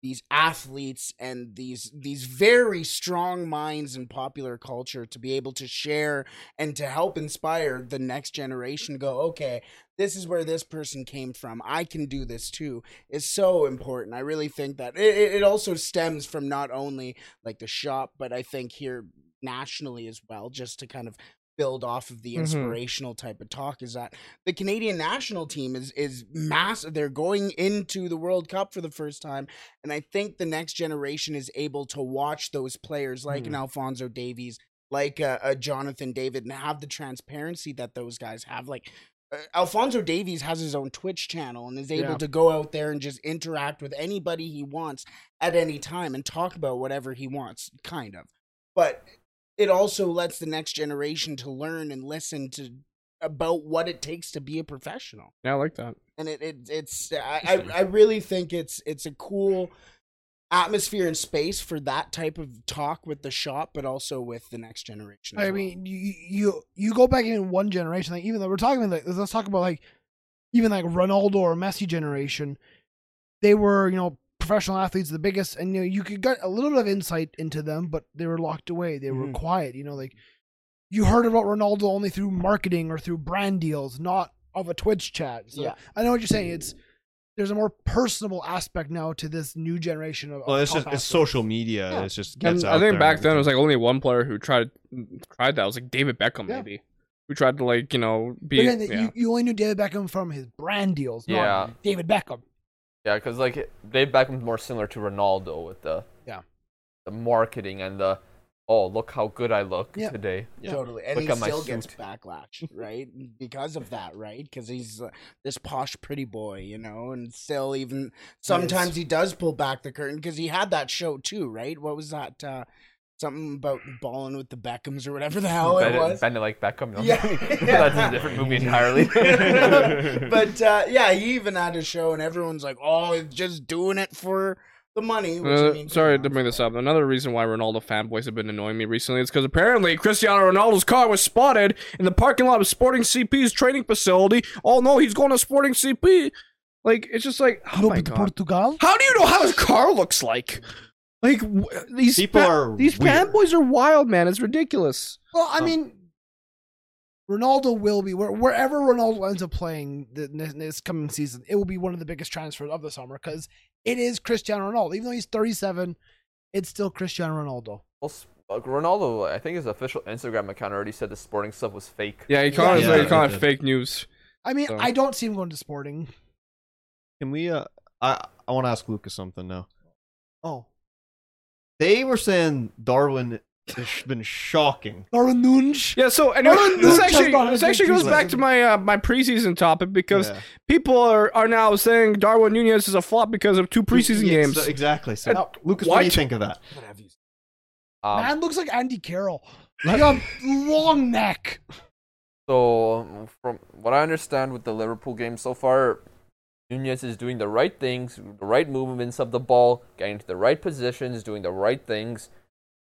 Speaker 5: these athletes and these these very strong minds in popular culture to be able to share and to help inspire the next generation to go okay this is where this person came from i can do this too is so important i really think that it, it it also stems from not only like the shop but i think here nationally as well just to kind of build off of the
Speaker 4: Mhm.
Speaker 5: inspirational type of talk is that the Canadian national team is is massive. They're going into the World Cup for the first time, and I think the next generation is able to watch those players like an Alfonso Davies, like a, a Jonathan David, and have the transparency that those guys have. Like uh, Alfonso Davies has his own Twitch channel and is able
Speaker 4: Yeah.
Speaker 5: to go out there and just interact with anybody he wants at any time and talk about whatever he wants, kind of. But it also lets the next generation to learn and listen to about what it takes to be a professional
Speaker 4: Yeah, I like that.
Speaker 5: and it, it it's I, I I really think it's it's a cool atmosphere and space for that type of talk with the shop but also with the next generation as
Speaker 2: I
Speaker 5: well.
Speaker 2: mean, you you you go back in one generation, like even though we're talking about, like, let's talk about like even like Ronaldo or Messi generation, they were you know professional athletes, the biggest, and you know you could get a little bit of insight into them, but they were locked away, they were
Speaker 7: Mm-hmm.
Speaker 5: Mhm.
Speaker 2: quiet, you know, like you heard about Ronaldo only through marketing or through brand deals, not of a Twitch chat. So
Speaker 5: Yeah.
Speaker 2: I know what you're saying. It's there's a more personable aspect now to this new generation of. of
Speaker 7: Well, it's
Speaker 2: top
Speaker 7: just it's
Speaker 2: athletes.
Speaker 7: social media. It's just gets
Speaker 4: And
Speaker 7: out
Speaker 4: I think
Speaker 7: there
Speaker 4: back
Speaker 7: and
Speaker 4: then it was
Speaker 7: everything.
Speaker 4: like only one player who tried tried that. It was like David Beckham
Speaker 2: Yeah.
Speaker 4: maybe, who tried to like you know be
Speaker 2: But again,
Speaker 4: yeah.
Speaker 2: you, you only knew David Beckham from his brand deals, not
Speaker 3: Yeah.
Speaker 2: David Beckham.
Speaker 3: Yeah, because like Dave Beckham's more similar to Ronaldo with the
Speaker 2: Yeah.
Speaker 3: the marketing and the oh look how good I look
Speaker 2: Yeah.
Speaker 3: today.
Speaker 5: totally and
Speaker 3: Look
Speaker 5: he
Speaker 3: at my
Speaker 5: still gets
Speaker 3: suit.
Speaker 5: backlash right because of that right because he's uh, this posh pretty boy you know and still even sometimes he does pull back the curtain because he had that show too right what was that uh something about balling with the beckhams or whatever the hell
Speaker 3: Bend
Speaker 5: Oh, it was
Speaker 3: bend it like Beckham. no?
Speaker 5: Yeah.
Speaker 3: that's a different movie entirely.
Speaker 5: but uh, yeah, he even had a show, and everyone's like, "Oh, he's just doing it for the money." Which, I
Speaker 4: Uh,
Speaker 5: mean,
Speaker 4: sorry
Speaker 5: come
Speaker 4: to
Speaker 5: on.
Speaker 4: bring this up. Another reason why Ronaldo fanboys have been annoying me recently is because apparently Cristiano Ronaldo's car was spotted in the parking lot of Sporting CP's training facility. Oh no, he's going to Sporting CP. Like it's just like oh my
Speaker 2: Clube de
Speaker 4: god.
Speaker 2: Portugal.
Speaker 4: How do you know how his car looks like? Like w- these
Speaker 7: People
Speaker 4: fa-
Speaker 7: are
Speaker 4: these
Speaker 7: weird.
Speaker 4: fanboys are wild, man. It's ridiculous.
Speaker 2: Well, I mean, Ronaldo will be where, wherever Ronaldo ends up playing the, this, this coming season. It will be one of the biggest transfers of the summer because it is Cristiano Ronaldo. Even though he's 37, it's still Cristiano Ronaldo.
Speaker 3: Well, s- uh, Ronaldo, I think his official Instagram account already said the sporting stuff was fake.
Speaker 4: Yeah, you can't
Speaker 7: Yeah.
Speaker 4: you can't
Speaker 7: Yeah.
Speaker 4: fake news.
Speaker 2: I mean,
Speaker 4: So-
Speaker 2: I don't see him going to Sporting.
Speaker 7: Can we? Uh, I I want to ask Lucas something now.
Speaker 2: Oh,
Speaker 7: They were saying Darwin has been shocking.
Speaker 2: Darwin Nunes.
Speaker 4: Yeah. So anyway,
Speaker 2: Hold on,
Speaker 4: this
Speaker 2: Luke,
Speaker 4: actually
Speaker 2: I've got a
Speaker 4: this
Speaker 2: big
Speaker 4: actually goes
Speaker 2: piece
Speaker 4: back
Speaker 2: of-
Speaker 4: to my uh, my preseason topic because
Speaker 7: Yeah.
Speaker 4: people are, are now saying Darwin Nunez is a flop because of two preseason
Speaker 7: Yeah,
Speaker 4: games.
Speaker 7: so- exactly. So,
Speaker 4: Uh,
Speaker 7: Lucas, what? do you
Speaker 4: what?
Speaker 7: think of that?
Speaker 5: What have you-
Speaker 3: Um,
Speaker 2: Man looks like Andy Carroll. He got long neck.
Speaker 3: So, um, from what I understand with the Liverpool game so far, Nunez is doing the right things, the right movements of the ball, getting to the right positions, doing the right things.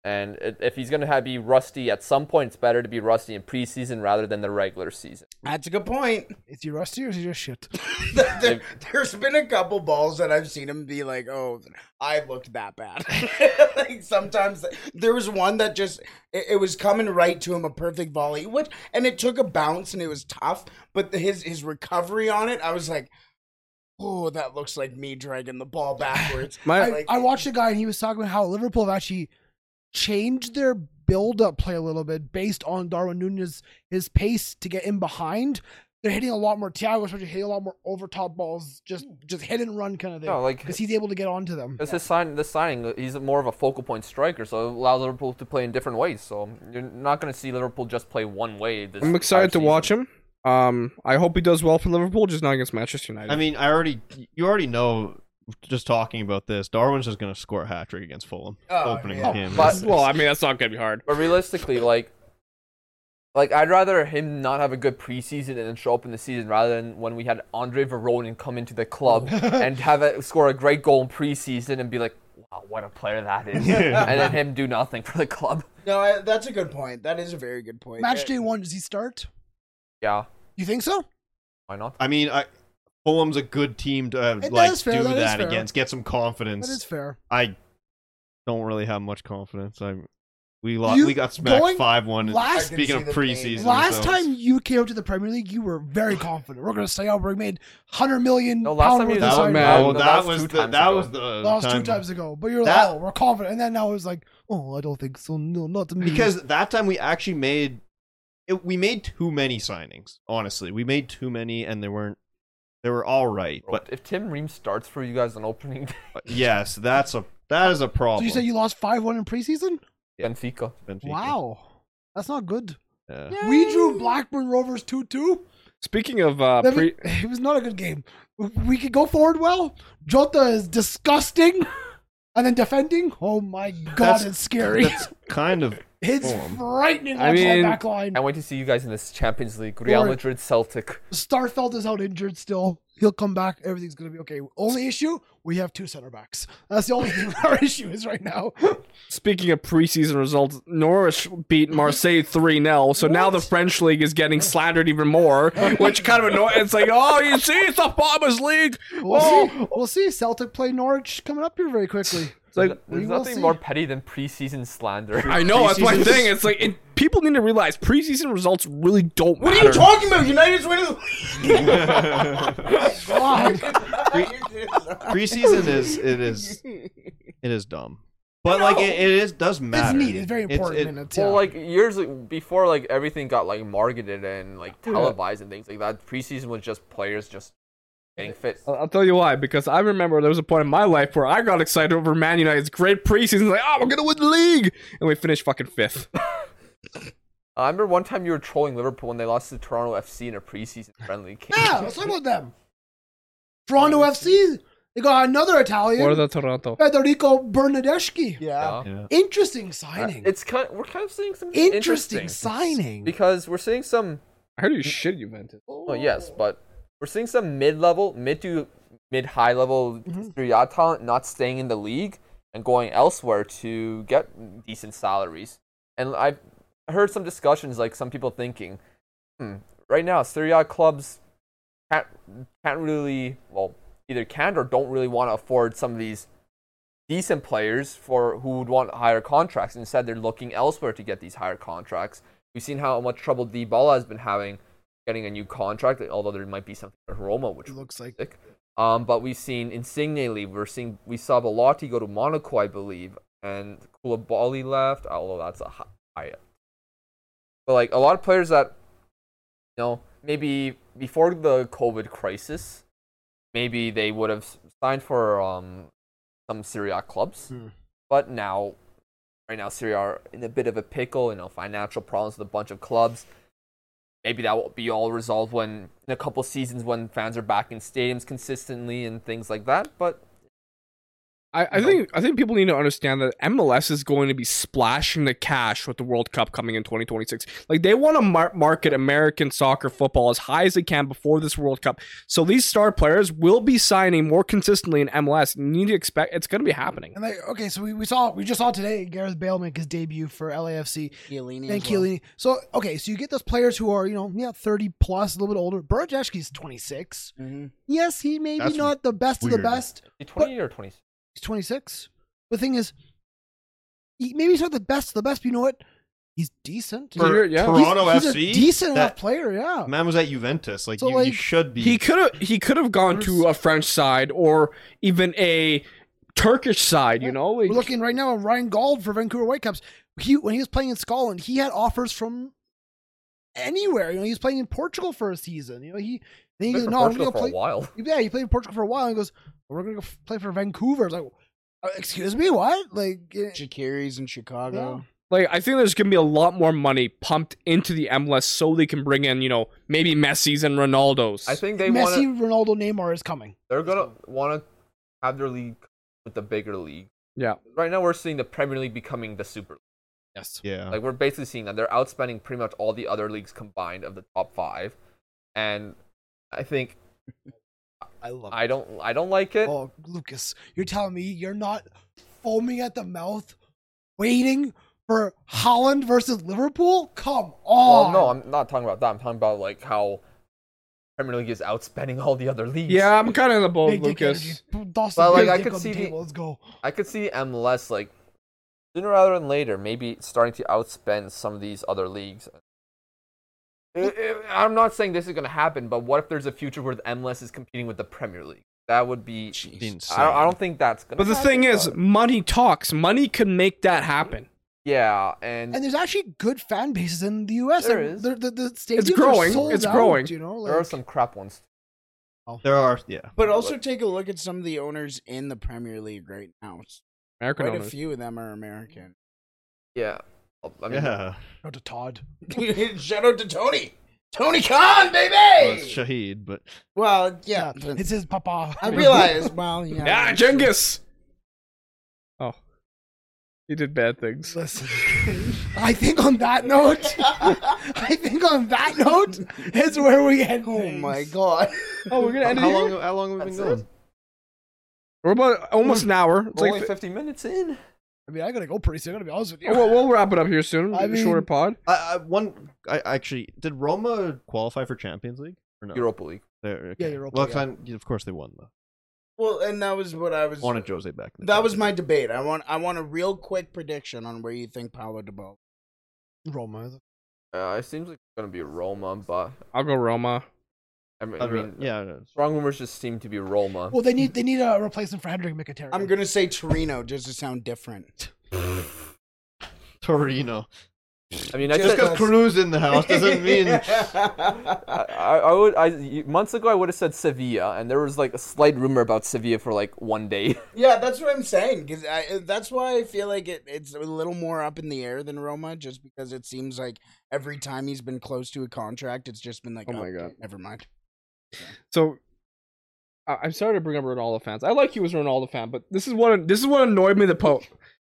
Speaker 3: And i- if he's going to have, be rusty at some point, it's better to be rusty in preseason rather than the regular season.
Speaker 5: That's a good point.
Speaker 2: Is he rusty or is he just shit?
Speaker 5: there, has been a couple balls that I've seen him be like, "Oh, I looked that bad." like sometimes there was one that just it, it was coming right to him, a perfect volley, which and it took a bounce and it was tough, but the, his his recovery on it, I was like. Oh, that looks like me dragging the ball backwards.
Speaker 4: My-
Speaker 2: I,
Speaker 5: Like-
Speaker 2: I watched a guy and he was talking about how Liverpool have actually changed their build up play a little bit based on Darwin Nunez his pace to get in behind they're hitting a lot more. Tiago was hitting a lot more overtop balls, just just hit and run kind of thing.
Speaker 3: Hmm. No, like-
Speaker 2: because he's able to get onto them.
Speaker 3: That's his sign. This signing, uh, he's more of a focal point striker, so it allows Liverpool to play in different ways. So you're not going to see Liverpool just play one way. This
Speaker 4: I'm excited to
Speaker 3: entire
Speaker 4: watch
Speaker 3: season.
Speaker 4: him. Um, I hope he does well for Liverpool, just not against Manchester United.
Speaker 7: I mean, I already you already know just talking about this. Darwin's just going to score a hat trick against Fulham.
Speaker 2: Oh,
Speaker 7: opening
Speaker 5: yeah.
Speaker 7: game.
Speaker 3: But-
Speaker 4: well, I mean that's not gonna be hard.
Speaker 3: But realistically, like, like I'd rather him not have a good preseason and then show up in the season rather than when we had Andre Verone come into the club and have a, score a great goal in preseason and be like, wow, what a player that is, and then him do nothing for the club.
Speaker 5: No, I, that's a good point. That is a very good point.
Speaker 2: Match day one, does he start?
Speaker 3: Yeah,
Speaker 2: You think so?
Speaker 3: why not?
Speaker 7: I mean, I, Fulham's a good team to uh,
Speaker 2: It
Speaker 7: like
Speaker 2: is fair,
Speaker 7: do
Speaker 2: that is
Speaker 7: that
Speaker 2: fair.
Speaker 7: against. Get some
Speaker 2: That
Speaker 7: confidence.
Speaker 2: is fair.
Speaker 7: I don't really have much confidence. I we lost.
Speaker 2: You
Speaker 7: we got smacked
Speaker 2: going
Speaker 7: five one.
Speaker 2: last- I can
Speaker 7: Speaking of
Speaker 5: see the pain.
Speaker 7: preseason,
Speaker 2: Last
Speaker 7: so-
Speaker 2: time you came up to the Premier League, you were very confident. We're going to stay out. We made hundred million
Speaker 3: No, last
Speaker 2: pound
Speaker 3: time you
Speaker 2: worth
Speaker 3: did
Speaker 2: of
Speaker 7: that was,
Speaker 3: sorry.
Speaker 2: signing.
Speaker 4: man.
Speaker 7: no,
Speaker 3: No,
Speaker 7: that
Speaker 3: that's
Speaker 7: was
Speaker 3: two
Speaker 7: the
Speaker 3: times
Speaker 7: that
Speaker 3: ago.
Speaker 7: was the
Speaker 2: That was two
Speaker 7: time-
Speaker 2: times ago. But you're
Speaker 7: That-
Speaker 2: like, oh, we're confident. And then now it's like, oh, I don't think so. No, not me.
Speaker 7: because that time we actually made it, we made too many signings. Honestly, we made too many, and they weren't. They were all right,
Speaker 3: Bro,
Speaker 7: but
Speaker 3: if Tim Ream starts for you guys on opening day,
Speaker 7: yes, that's a that is a
Speaker 2: so
Speaker 7: problem.
Speaker 2: you said you lost five one in preseason.
Speaker 3: Benfica.
Speaker 7: Benfica.
Speaker 2: Wow, that's not good.
Speaker 7: Yeah.
Speaker 2: We drew Blackburn Rovers two two.
Speaker 4: Speaking of uh, pre-
Speaker 2: it was not a good game. We could go forward well. Jota is disgusting, and then defending. Oh my god,
Speaker 7: That's-
Speaker 2: it's scary.
Speaker 7: That's kind of
Speaker 2: It's
Speaker 7: Fulham.
Speaker 2: frightening.
Speaker 4: I
Speaker 2: I mean,
Speaker 4: mean-
Speaker 2: back line.
Speaker 3: I wait to see you guys in this Champions League, Real
Speaker 2: Or-
Speaker 3: Madrid, Celtic.
Speaker 2: Starfelt is out injured still. He'll come back. Everything's gonna be okay. Only issue we have two center backs. That's the only thing our issue is right now.
Speaker 4: speaking of preseason results, Norwich beat Marseille three 0 So now the French league is getting slandered even more, which kind of annoys. It's like, oh, you see, it's the Bombers league.
Speaker 2: We'll
Speaker 4: oh,
Speaker 2: see. We'll see. Celtic play Norwich coming up here very quickly.
Speaker 4: it's like
Speaker 3: There's
Speaker 2: We will
Speaker 3: nothing
Speaker 2: see.
Speaker 3: more petty than preseason slander.
Speaker 4: I know that's my
Speaker 7: Preseason's-
Speaker 4: thing. It's like it, people need to realize preseason results really don't.
Speaker 5: What are
Speaker 4: matter.
Speaker 5: you talking about? United's winning the
Speaker 7: preseason is it is it is dumb, but like it, it is does matter.
Speaker 2: needed. It's very important
Speaker 7: it-
Speaker 2: minutes,
Speaker 3: Well,
Speaker 2: Yeah.
Speaker 3: like years before, like everything got like marketed and like
Speaker 2: Oh,
Speaker 3: televised and things like that. Preseason was just players just getting fit.
Speaker 2: uh,
Speaker 4: I'll I'll tell you why. Because I remember there was a point in my life where I got excited over Man United's great preseason, like, oh, we're gonna win the league, and we finished fucking fifth.
Speaker 3: I remember one time you were trolling Liverpool when they lost to Toronto FC in a preseason friendly game.
Speaker 2: Yeah, let's talk about them. Toronto FC. They got another Italian.
Speaker 4: Or the Toronto.
Speaker 2: Federico Bernadeschi.
Speaker 5: Yeah.
Speaker 3: Yeah.
Speaker 2: Interesting signing.
Speaker 3: It's kind. we're kind of seeing some
Speaker 2: interesting,
Speaker 3: interesting
Speaker 2: signing.
Speaker 3: because we're seeing some.
Speaker 4: I heard you shit Juventus.
Speaker 5: Oh,
Speaker 3: Well, Oh, yes, but we're seeing some mid-level, mid to mid-high level Serie A talent not staying in the league and going elsewhere to get decent salaries. And I've heard some discussions, like some people thinking, hmm, right now Serie A clubs can't can't really well either can or don't really want to afford some of these decent players for who would want higher contracts. Instead, they're looking elsewhere to get these higher contracts. We've seen how much trouble Dybala has been having getting a new contract, although there might be something with Roma, which
Speaker 2: it looks like.
Speaker 3: sick. Um, but we've seen Insigne leave. We're seeing we saw Belotti go to Monaco, I believe, and Koulibaly left. Although that's a hi- high. But like a lot of players that, you know, maybe before the COVID crisis, maybe they would have s- signed for um some Serie A clubs, but now. Right now, Syria are in a bit of a pickle, you know, financial problems with a bunch of clubs maybe that will be all resolved when in a couple seasons when fans are back in stadiums consistently and things like that. But
Speaker 4: I, I think I think people need to understand that MLS is going to be splashing the cash with the World Cup coming in 2026. Like they want to mar- market American soccer football as high as they can before this World Cup. So these star players will be signing more consistently in MLS. You need to expect it's going to be happening.
Speaker 2: And like, okay, so we, we saw we just saw today Gareth Bale make his debut for LAFC.
Speaker 5: Chiellini
Speaker 2: Thank
Speaker 5: as well.
Speaker 2: Chiellini. So okay, so you get those players who are you know yeah thirty plus, a little bit older. Bernadeschi's twenty six.
Speaker 5: Mhm.
Speaker 2: Yes, he may be
Speaker 7: That's
Speaker 2: not the best of
Speaker 7: weird.
Speaker 2: the best.
Speaker 3: Is he twenty or twenty.
Speaker 2: He's twenty six. The thing is, he, maybe he's not the best of the best. But you know what? He's decent.
Speaker 4: For You're- yeah.
Speaker 2: He's-
Speaker 7: Toronto
Speaker 2: he's a
Speaker 7: FC,
Speaker 2: decent enough
Speaker 7: that-
Speaker 2: player. Yeah.
Speaker 7: Man was at Juventus. Like,
Speaker 2: So,
Speaker 7: you, you
Speaker 2: like,
Speaker 7: should be.
Speaker 4: He could have he could have gone to a French side or even a Turkish side. You know,
Speaker 2: We're looking right now at Ryan Gold for Vancouver Whitecaps. He when he was playing in Scotland, he had offers from anywhere. You know, he was playing in Portugal for a season. You know, he then he
Speaker 3: Been
Speaker 2: goes,
Speaker 3: for
Speaker 2: no, I'm
Speaker 3: Portugal
Speaker 2: gonna
Speaker 3: for
Speaker 2: play.
Speaker 3: a while.
Speaker 2: Yeah, he played in Portugal for a while. And he goes, we're gonna go f- play for Vancouver. It's like, uh, excuse me, what? Like, eh, it-
Speaker 5: Shakiri's in Chicago.
Speaker 4: Like I think there's gonna be a lot more money pumped into the MLS so they can bring in, you know, maybe Messi's and Ronaldo's.
Speaker 3: I think they want
Speaker 2: Messi,
Speaker 3: to.
Speaker 2: Ronaldo, Neymar is coming.
Speaker 3: They're gonna want to have their league with the bigger league.
Speaker 4: yeah.
Speaker 3: Right now, we're seeing the Premier League becoming the Super League.
Speaker 4: Yes.
Speaker 7: Yeah.
Speaker 3: Like we're basically seeing that they're outspending pretty much all the other leagues combined of the top five, and I think
Speaker 2: I love.
Speaker 3: I don't I don't like it.
Speaker 2: Oh, Lucas, you're telling me you're not foaming at the mouth, waiting for Holland versus Liverpool? Come
Speaker 3: Well,
Speaker 2: on.
Speaker 3: no, I'm not talking about that. I'm talking about like how Premier League is outspending all the other leagues.
Speaker 4: Yeah, I'm kinda in the boat,
Speaker 2: Big dick
Speaker 4: Lucas.
Speaker 2: energy. Dawson,
Speaker 3: Well, like,
Speaker 2: big
Speaker 3: I
Speaker 2: dick
Speaker 3: could
Speaker 2: on the
Speaker 3: see the-
Speaker 2: table. Let's go.
Speaker 3: I could see MLS like sooner rather than later maybe starting to outspend some of these other leagues. I- I- I'm not saying this is going to happen, but what if there's a future where the MLS is competing with the Premier League? That would be. I don't, I don't think that's going.
Speaker 4: But the thing is,
Speaker 3: happen.
Speaker 4: money talks. Money can make that happen.
Speaker 3: yeah, and,
Speaker 2: And there's actually good fan bases in the U.S.
Speaker 3: There
Speaker 2: Like,
Speaker 3: is.
Speaker 2: The, the, the stadiums are
Speaker 4: growing.
Speaker 2: sold
Speaker 4: It's
Speaker 2: out,
Speaker 4: growing.
Speaker 2: You know,
Speaker 3: there are
Speaker 2: like-
Speaker 3: some crap ones.
Speaker 7: There are, yeah.
Speaker 5: But also take a look at some of the owners in the Premier League right now.
Speaker 4: American
Speaker 5: Quite a
Speaker 4: owners.
Speaker 5: few of them are American.
Speaker 3: Yeah, I mean,
Speaker 7: yeah.
Speaker 2: No, to Todd.
Speaker 5: Shout out to Tony. Tony Khan, baby.
Speaker 7: Well, it's Shahid, but
Speaker 5: Well, yeah.
Speaker 2: It's his papa.
Speaker 5: I realize. Well, yeah.
Speaker 4: Yeah, Genghis. Oh, he did bad things.
Speaker 2: Listen, I think on that note, I think on that note is where we end.
Speaker 5: Oh
Speaker 2: things.
Speaker 5: my god.
Speaker 4: Oh, we're gonna
Speaker 7: how,
Speaker 4: end it.
Speaker 7: long? How long have we been
Speaker 3: That's
Speaker 7: going?
Speaker 4: We're about almost an hour. It's
Speaker 3: We're
Speaker 4: like
Speaker 3: only 50 minutes in.
Speaker 2: I mean, I gotta go pretty soon. I'm gonna be honest with you.
Speaker 3: Oh,
Speaker 4: we'll, we'll wrap it up here soon.
Speaker 2: I mean-
Speaker 4: Shorter pod.
Speaker 7: I, I one. I actually did Roma qualify for Champions League or no?
Speaker 3: Europa League.
Speaker 7: They're- okay.
Speaker 2: Europa,
Speaker 7: Well,
Speaker 2: yeah.
Speaker 7: 'cause I- of course they won though.
Speaker 5: Well, and that was what I was.
Speaker 7: Wanted Jose back. in the
Speaker 5: That
Speaker 7: Champions
Speaker 5: was my debate. I want. I want a real quick prediction on where you think Paulo Dybala.
Speaker 2: Roma.
Speaker 3: Uh, it seems like it's going to be Roma, but
Speaker 4: I'll go Roma.
Speaker 3: I mean,
Speaker 7: League.
Speaker 3: I mean
Speaker 7: yeah. I know.
Speaker 3: strong rumors just seem to be Roma.
Speaker 2: Well, they need they need a replacement for Hendrik Mkhitaryan.
Speaker 5: I'm gonna say Torino just to sound different.
Speaker 7: Torino.
Speaker 3: I mean, I
Speaker 7: Just
Speaker 3: just,
Speaker 7: because Cruz in the house doesn't mean.
Speaker 3: I, I I would I y months ago I would have said Sevilla, and there was like a slight rumor about Sevilla for like one day.
Speaker 5: yeah, that's what I'm saying. Because that's why I feel like it, it's a little more up in the air than Roma, just because it seems like every time he's been close to a contract, it's just been like,
Speaker 4: Oh
Speaker 5: oh,
Speaker 4: my
Speaker 5: my
Speaker 4: God.
Speaker 5: never mind.
Speaker 4: So I- I'm sorry to bring up Ronaldo fans. I like you as a Ronaldo fan, but this is what this is what annoyed me. The post.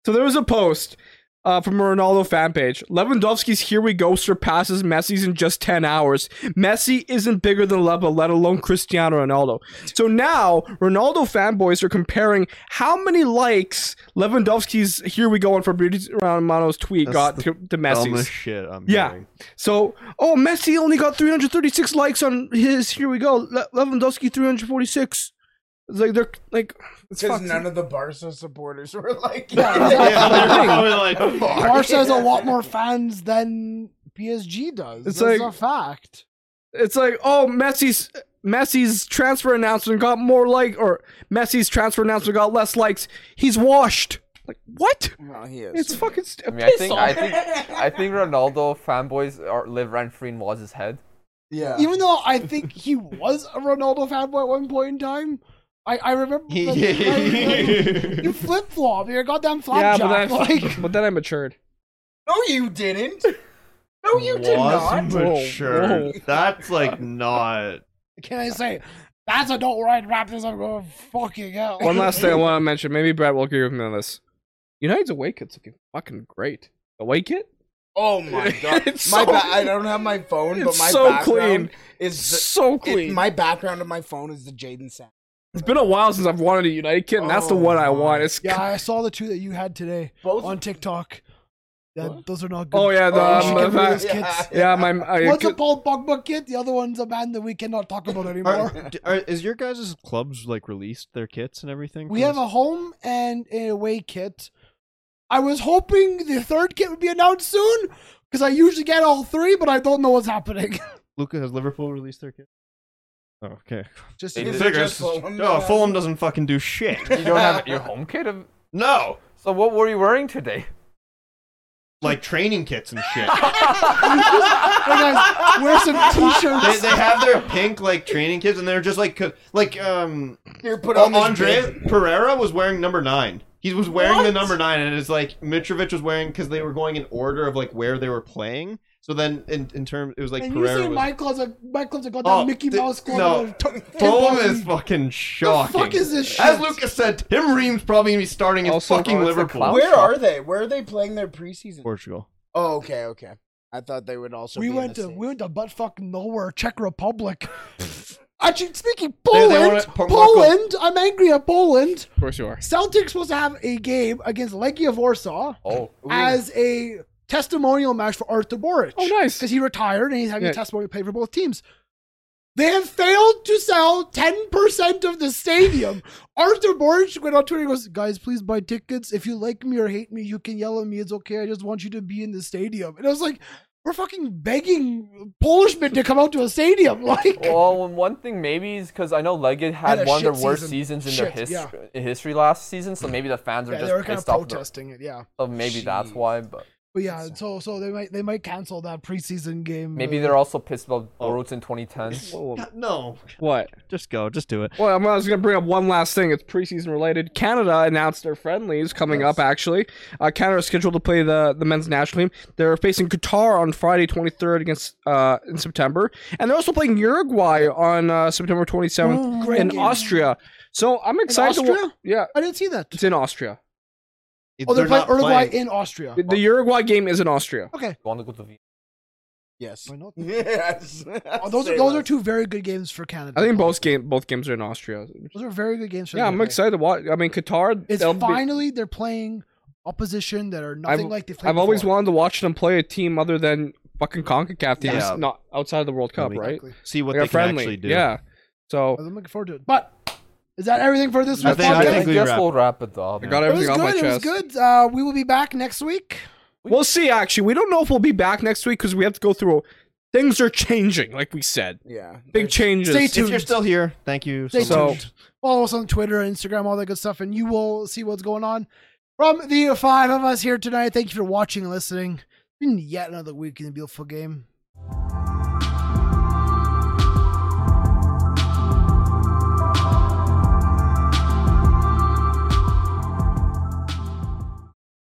Speaker 4: So there was a post uh, from a Ronaldo fan page. Lewandowski's "Here We Go" surpasses Messi's in just ten hours. Messi isn't bigger than Leva, let alone Cristiano Ronaldo. So now Ronaldo fanboys are comparing how many likes Lewandowski's "Here We Go" and Fabrizio Romano's tweet
Speaker 7: That's
Speaker 4: got
Speaker 7: the
Speaker 4: to, to
Speaker 7: Dumbest
Speaker 4: Messi's.
Speaker 7: shit I'm
Speaker 4: Yeah.
Speaker 7: hearing.
Speaker 4: So, oh, Messi only got 336 likes on his. Here we go. Le- Lewandowski 346. It's like they're like. It's
Speaker 5: Because
Speaker 4: fucked.
Speaker 5: none of the Barca supporters were like,
Speaker 7: Yeah, they're probably like, "Fuck."
Speaker 2: Barca has a lot more fans than PSG does.
Speaker 4: It's
Speaker 2: It's That's
Speaker 4: like-
Speaker 2: a fact.
Speaker 4: it's like oh, Messi's Messi's transfer announcement got more like or Messi's transfer announcement got less likes. He's washed. Like what?
Speaker 5: well, he is.
Speaker 4: It's fucking. St-
Speaker 3: I mean, I think I think I think Ronaldo fanboys are, live rent free in Waz's head.
Speaker 5: yeah.
Speaker 2: Even though I think he was a Ronaldo fanboy at one point in time, I, I remember like, like, like, you flip flop, you're a goddamn
Speaker 4: yeah, but
Speaker 2: flapjack.
Speaker 4: then, I,
Speaker 2: like,
Speaker 4: but then I matured.
Speaker 5: no, you didn't. No, you did not.
Speaker 7: was
Speaker 4: Whoa,
Speaker 7: mature.
Speaker 4: whoa.
Speaker 7: That's like not.
Speaker 2: can I say that's a don't right wrap this up? Going fucking hell.
Speaker 4: One last thing I want to mention. Maybe Brad will agree with me on this. United's away kit's looking fucking great. Away kit.
Speaker 5: Oh my god!
Speaker 4: It's
Speaker 5: my
Speaker 4: so-
Speaker 5: ba- I don't have my phone, but
Speaker 4: it's
Speaker 5: my
Speaker 4: so clean.
Speaker 5: background is the-
Speaker 4: So
Speaker 5: it-
Speaker 4: clean.
Speaker 5: my background of my phone is the Jaden sound.
Speaker 4: It's been a while since I've wanted a United kit, and that's the one
Speaker 2: Oh,
Speaker 4: I want. It's
Speaker 2: Yeah, I saw the two that you had today
Speaker 5: Both-
Speaker 2: on TikTok. That, those are not good.
Speaker 4: oh yeah, the,
Speaker 2: Oh, you should
Speaker 4: um,
Speaker 2: get rid of
Speaker 4: that-
Speaker 2: those kits.
Speaker 4: yeah, my uh, I,
Speaker 2: One's a Paul Pogba kit, the other one's a man that we cannot talk about anymore.
Speaker 7: Are, d- are, is your guys' clubs like released their kits and everything?
Speaker 2: We
Speaker 7: for
Speaker 2: have
Speaker 7: this?
Speaker 2: a home and a away kit. I was hoping the third kit would be announced soon because I usually get all three, but I don't know what's happening.
Speaker 7: Luca has Liverpool released their kit. Oh, okay.
Speaker 2: Just
Speaker 3: They
Speaker 5: Is
Speaker 3: did-
Speaker 5: it just Fulham that
Speaker 7: Oh,
Speaker 5: has-
Speaker 7: Fulham doesn't fucking do shit.
Speaker 3: You don't have your home kit. Of,
Speaker 7: no.
Speaker 3: so what were you wearing today?
Speaker 7: like training kits and shit.
Speaker 2: Hey guys, wear some
Speaker 7: they,
Speaker 2: t-shirts.
Speaker 7: they have their pink like training kits, and they're just like co- like um
Speaker 5: Here, put on this
Speaker 7: Andre
Speaker 5: big-
Speaker 7: Pereira was wearing number nine. He was wearing the number nine, and it's like Mitrovic was wearing because they were going in order of like where they were playing. So then, in in terms, it was like
Speaker 2: and you
Speaker 7: Pereira.
Speaker 2: see
Speaker 7: was-
Speaker 2: my closet, my closet got that
Speaker 7: Oh,
Speaker 2: Mickey
Speaker 7: th-
Speaker 2: Mouse glove.
Speaker 7: no.
Speaker 2: and a t-
Speaker 7: Fulham
Speaker 2: tin
Speaker 7: is
Speaker 2: bucket.
Speaker 7: fucking shocking.
Speaker 2: is this
Speaker 7: As
Speaker 2: shit?
Speaker 7: Lucas said, Tim Ream's probably gonna be starting in
Speaker 4: Also,
Speaker 7: fucking
Speaker 3: oh, it's the
Speaker 7: Liverpool.
Speaker 3: clown.
Speaker 5: Where are they? Where are they playing their preseason?
Speaker 7: Portugal.
Speaker 5: Oh, okay, okay. I thought they would also.
Speaker 2: we
Speaker 5: be
Speaker 2: went
Speaker 5: in
Speaker 2: to
Speaker 5: the
Speaker 2: we went to butt fuck nowhere, Czech Republic. Actually, speaking of
Speaker 7: They-
Speaker 2: Poland,
Speaker 7: they wanna- Port- Marco-
Speaker 2: Poland, I'm angry at Poland.
Speaker 4: Of course you are.
Speaker 2: Celtic's supposed to have a game against Legia Warsaw
Speaker 3: Oh,
Speaker 2: as a testimonial match for Arthur Boric.
Speaker 4: Oh, nice.
Speaker 2: Because he retired and he's having
Speaker 4: Yeah.
Speaker 2: a testimonial pay for both teams. They have failed to sell 10% of the stadium. Arthur Boric went on Twitter and goes, Guys, please buy tickets. If you like me or hate me, you can yell at me. It's okay. I just want you to be in the stadium. And I was like, We're fucking begging Polishmen to come out to a stadium. Like,
Speaker 3: Well, and one thing maybe is because I know Leggett had,
Speaker 2: Had a
Speaker 3: one of their
Speaker 2: shit
Speaker 3: worst
Speaker 2: season.
Speaker 3: seasons in their
Speaker 2: Shit,
Speaker 3: his-
Speaker 2: yeah.
Speaker 3: in history last season, so maybe the fans are
Speaker 2: yeah,
Speaker 3: just
Speaker 2: they were kind of
Speaker 3: pissed off. that-
Speaker 2: protesting it. Yeah.
Speaker 3: So maybe that's why. But
Speaker 2: But yeah, so so they might they might cancel that preseason game.
Speaker 3: maybe
Speaker 2: uh,
Speaker 3: they're also pissed about Boruts in 2010.
Speaker 7: No,
Speaker 4: What?
Speaker 7: just go, just do it.
Speaker 4: Well, I'm- I was going to bring up one last thing. It's preseason related. Canada announced their friendlies coming up, actually. Uh, Canada is scheduled to play the, the men's national team. They're facing Qatar on Friday, 23rd against uh, in September. And they're also playing Uruguay on uh, September 27th
Speaker 2: great
Speaker 4: in
Speaker 2: game.
Speaker 4: Austria. So I'm excited. To wa-
Speaker 2: Austria?
Speaker 4: yeah,
Speaker 2: I didn't see that.
Speaker 4: it's in Austria.
Speaker 2: Oh, they're, playing
Speaker 7: not
Speaker 2: Uruguay
Speaker 7: playing.
Speaker 2: in Austria.
Speaker 4: The, the Uruguay game is in Austria.
Speaker 2: Okay.
Speaker 3: Want to go to the
Speaker 5: Yes.
Speaker 2: Why not?
Speaker 5: yes.
Speaker 2: Oh, those are those are two very good games for Canada.
Speaker 4: I think both game both games are in Austria.
Speaker 2: those are very good games. For
Speaker 4: Yeah,
Speaker 2: them
Speaker 4: I'm
Speaker 2: to play.
Speaker 4: excited to watch. I mean, Qatar.
Speaker 2: It's
Speaker 4: they'll be-
Speaker 2: finally they're playing opposition that are nothing
Speaker 4: I've,
Speaker 2: like they've played.
Speaker 4: I've always
Speaker 2: before.
Speaker 4: wanted to watch them play a team other than fucking CONCACAF teams,
Speaker 7: Yeah.
Speaker 4: not outside of the World Cup, right?
Speaker 2: Exactly.
Speaker 7: See what
Speaker 4: Like a
Speaker 7: they can actually do.
Speaker 4: Yeah. So
Speaker 2: I'm looking forward to it. But is that everything for this
Speaker 7: I
Speaker 2: week?
Speaker 7: think- I
Speaker 3: I,
Speaker 2: podcast?
Speaker 7: think we
Speaker 3: guess
Speaker 7: wrap
Speaker 3: we'll wrap it up.
Speaker 4: I got
Speaker 2: it was good.
Speaker 4: everything on my
Speaker 2: it was
Speaker 4: chest.
Speaker 2: good. Uh, we will be back next week.
Speaker 4: We'll see. Actually, we don't know if we'll be back next week because we have to go through. Things are changing, like we said.
Speaker 5: Yeah.
Speaker 4: Big changes.
Speaker 2: Stay
Speaker 7: If you're
Speaker 2: tuned.
Speaker 7: still here, thank you.
Speaker 2: Stay
Speaker 7: so much.
Speaker 2: tuned. Follow us on Twitter, Instagram, all that good stuff, and you will see what's going on. From the five of us here tonight, thank you for watching and listening. It's been yet another week in the beautiful game.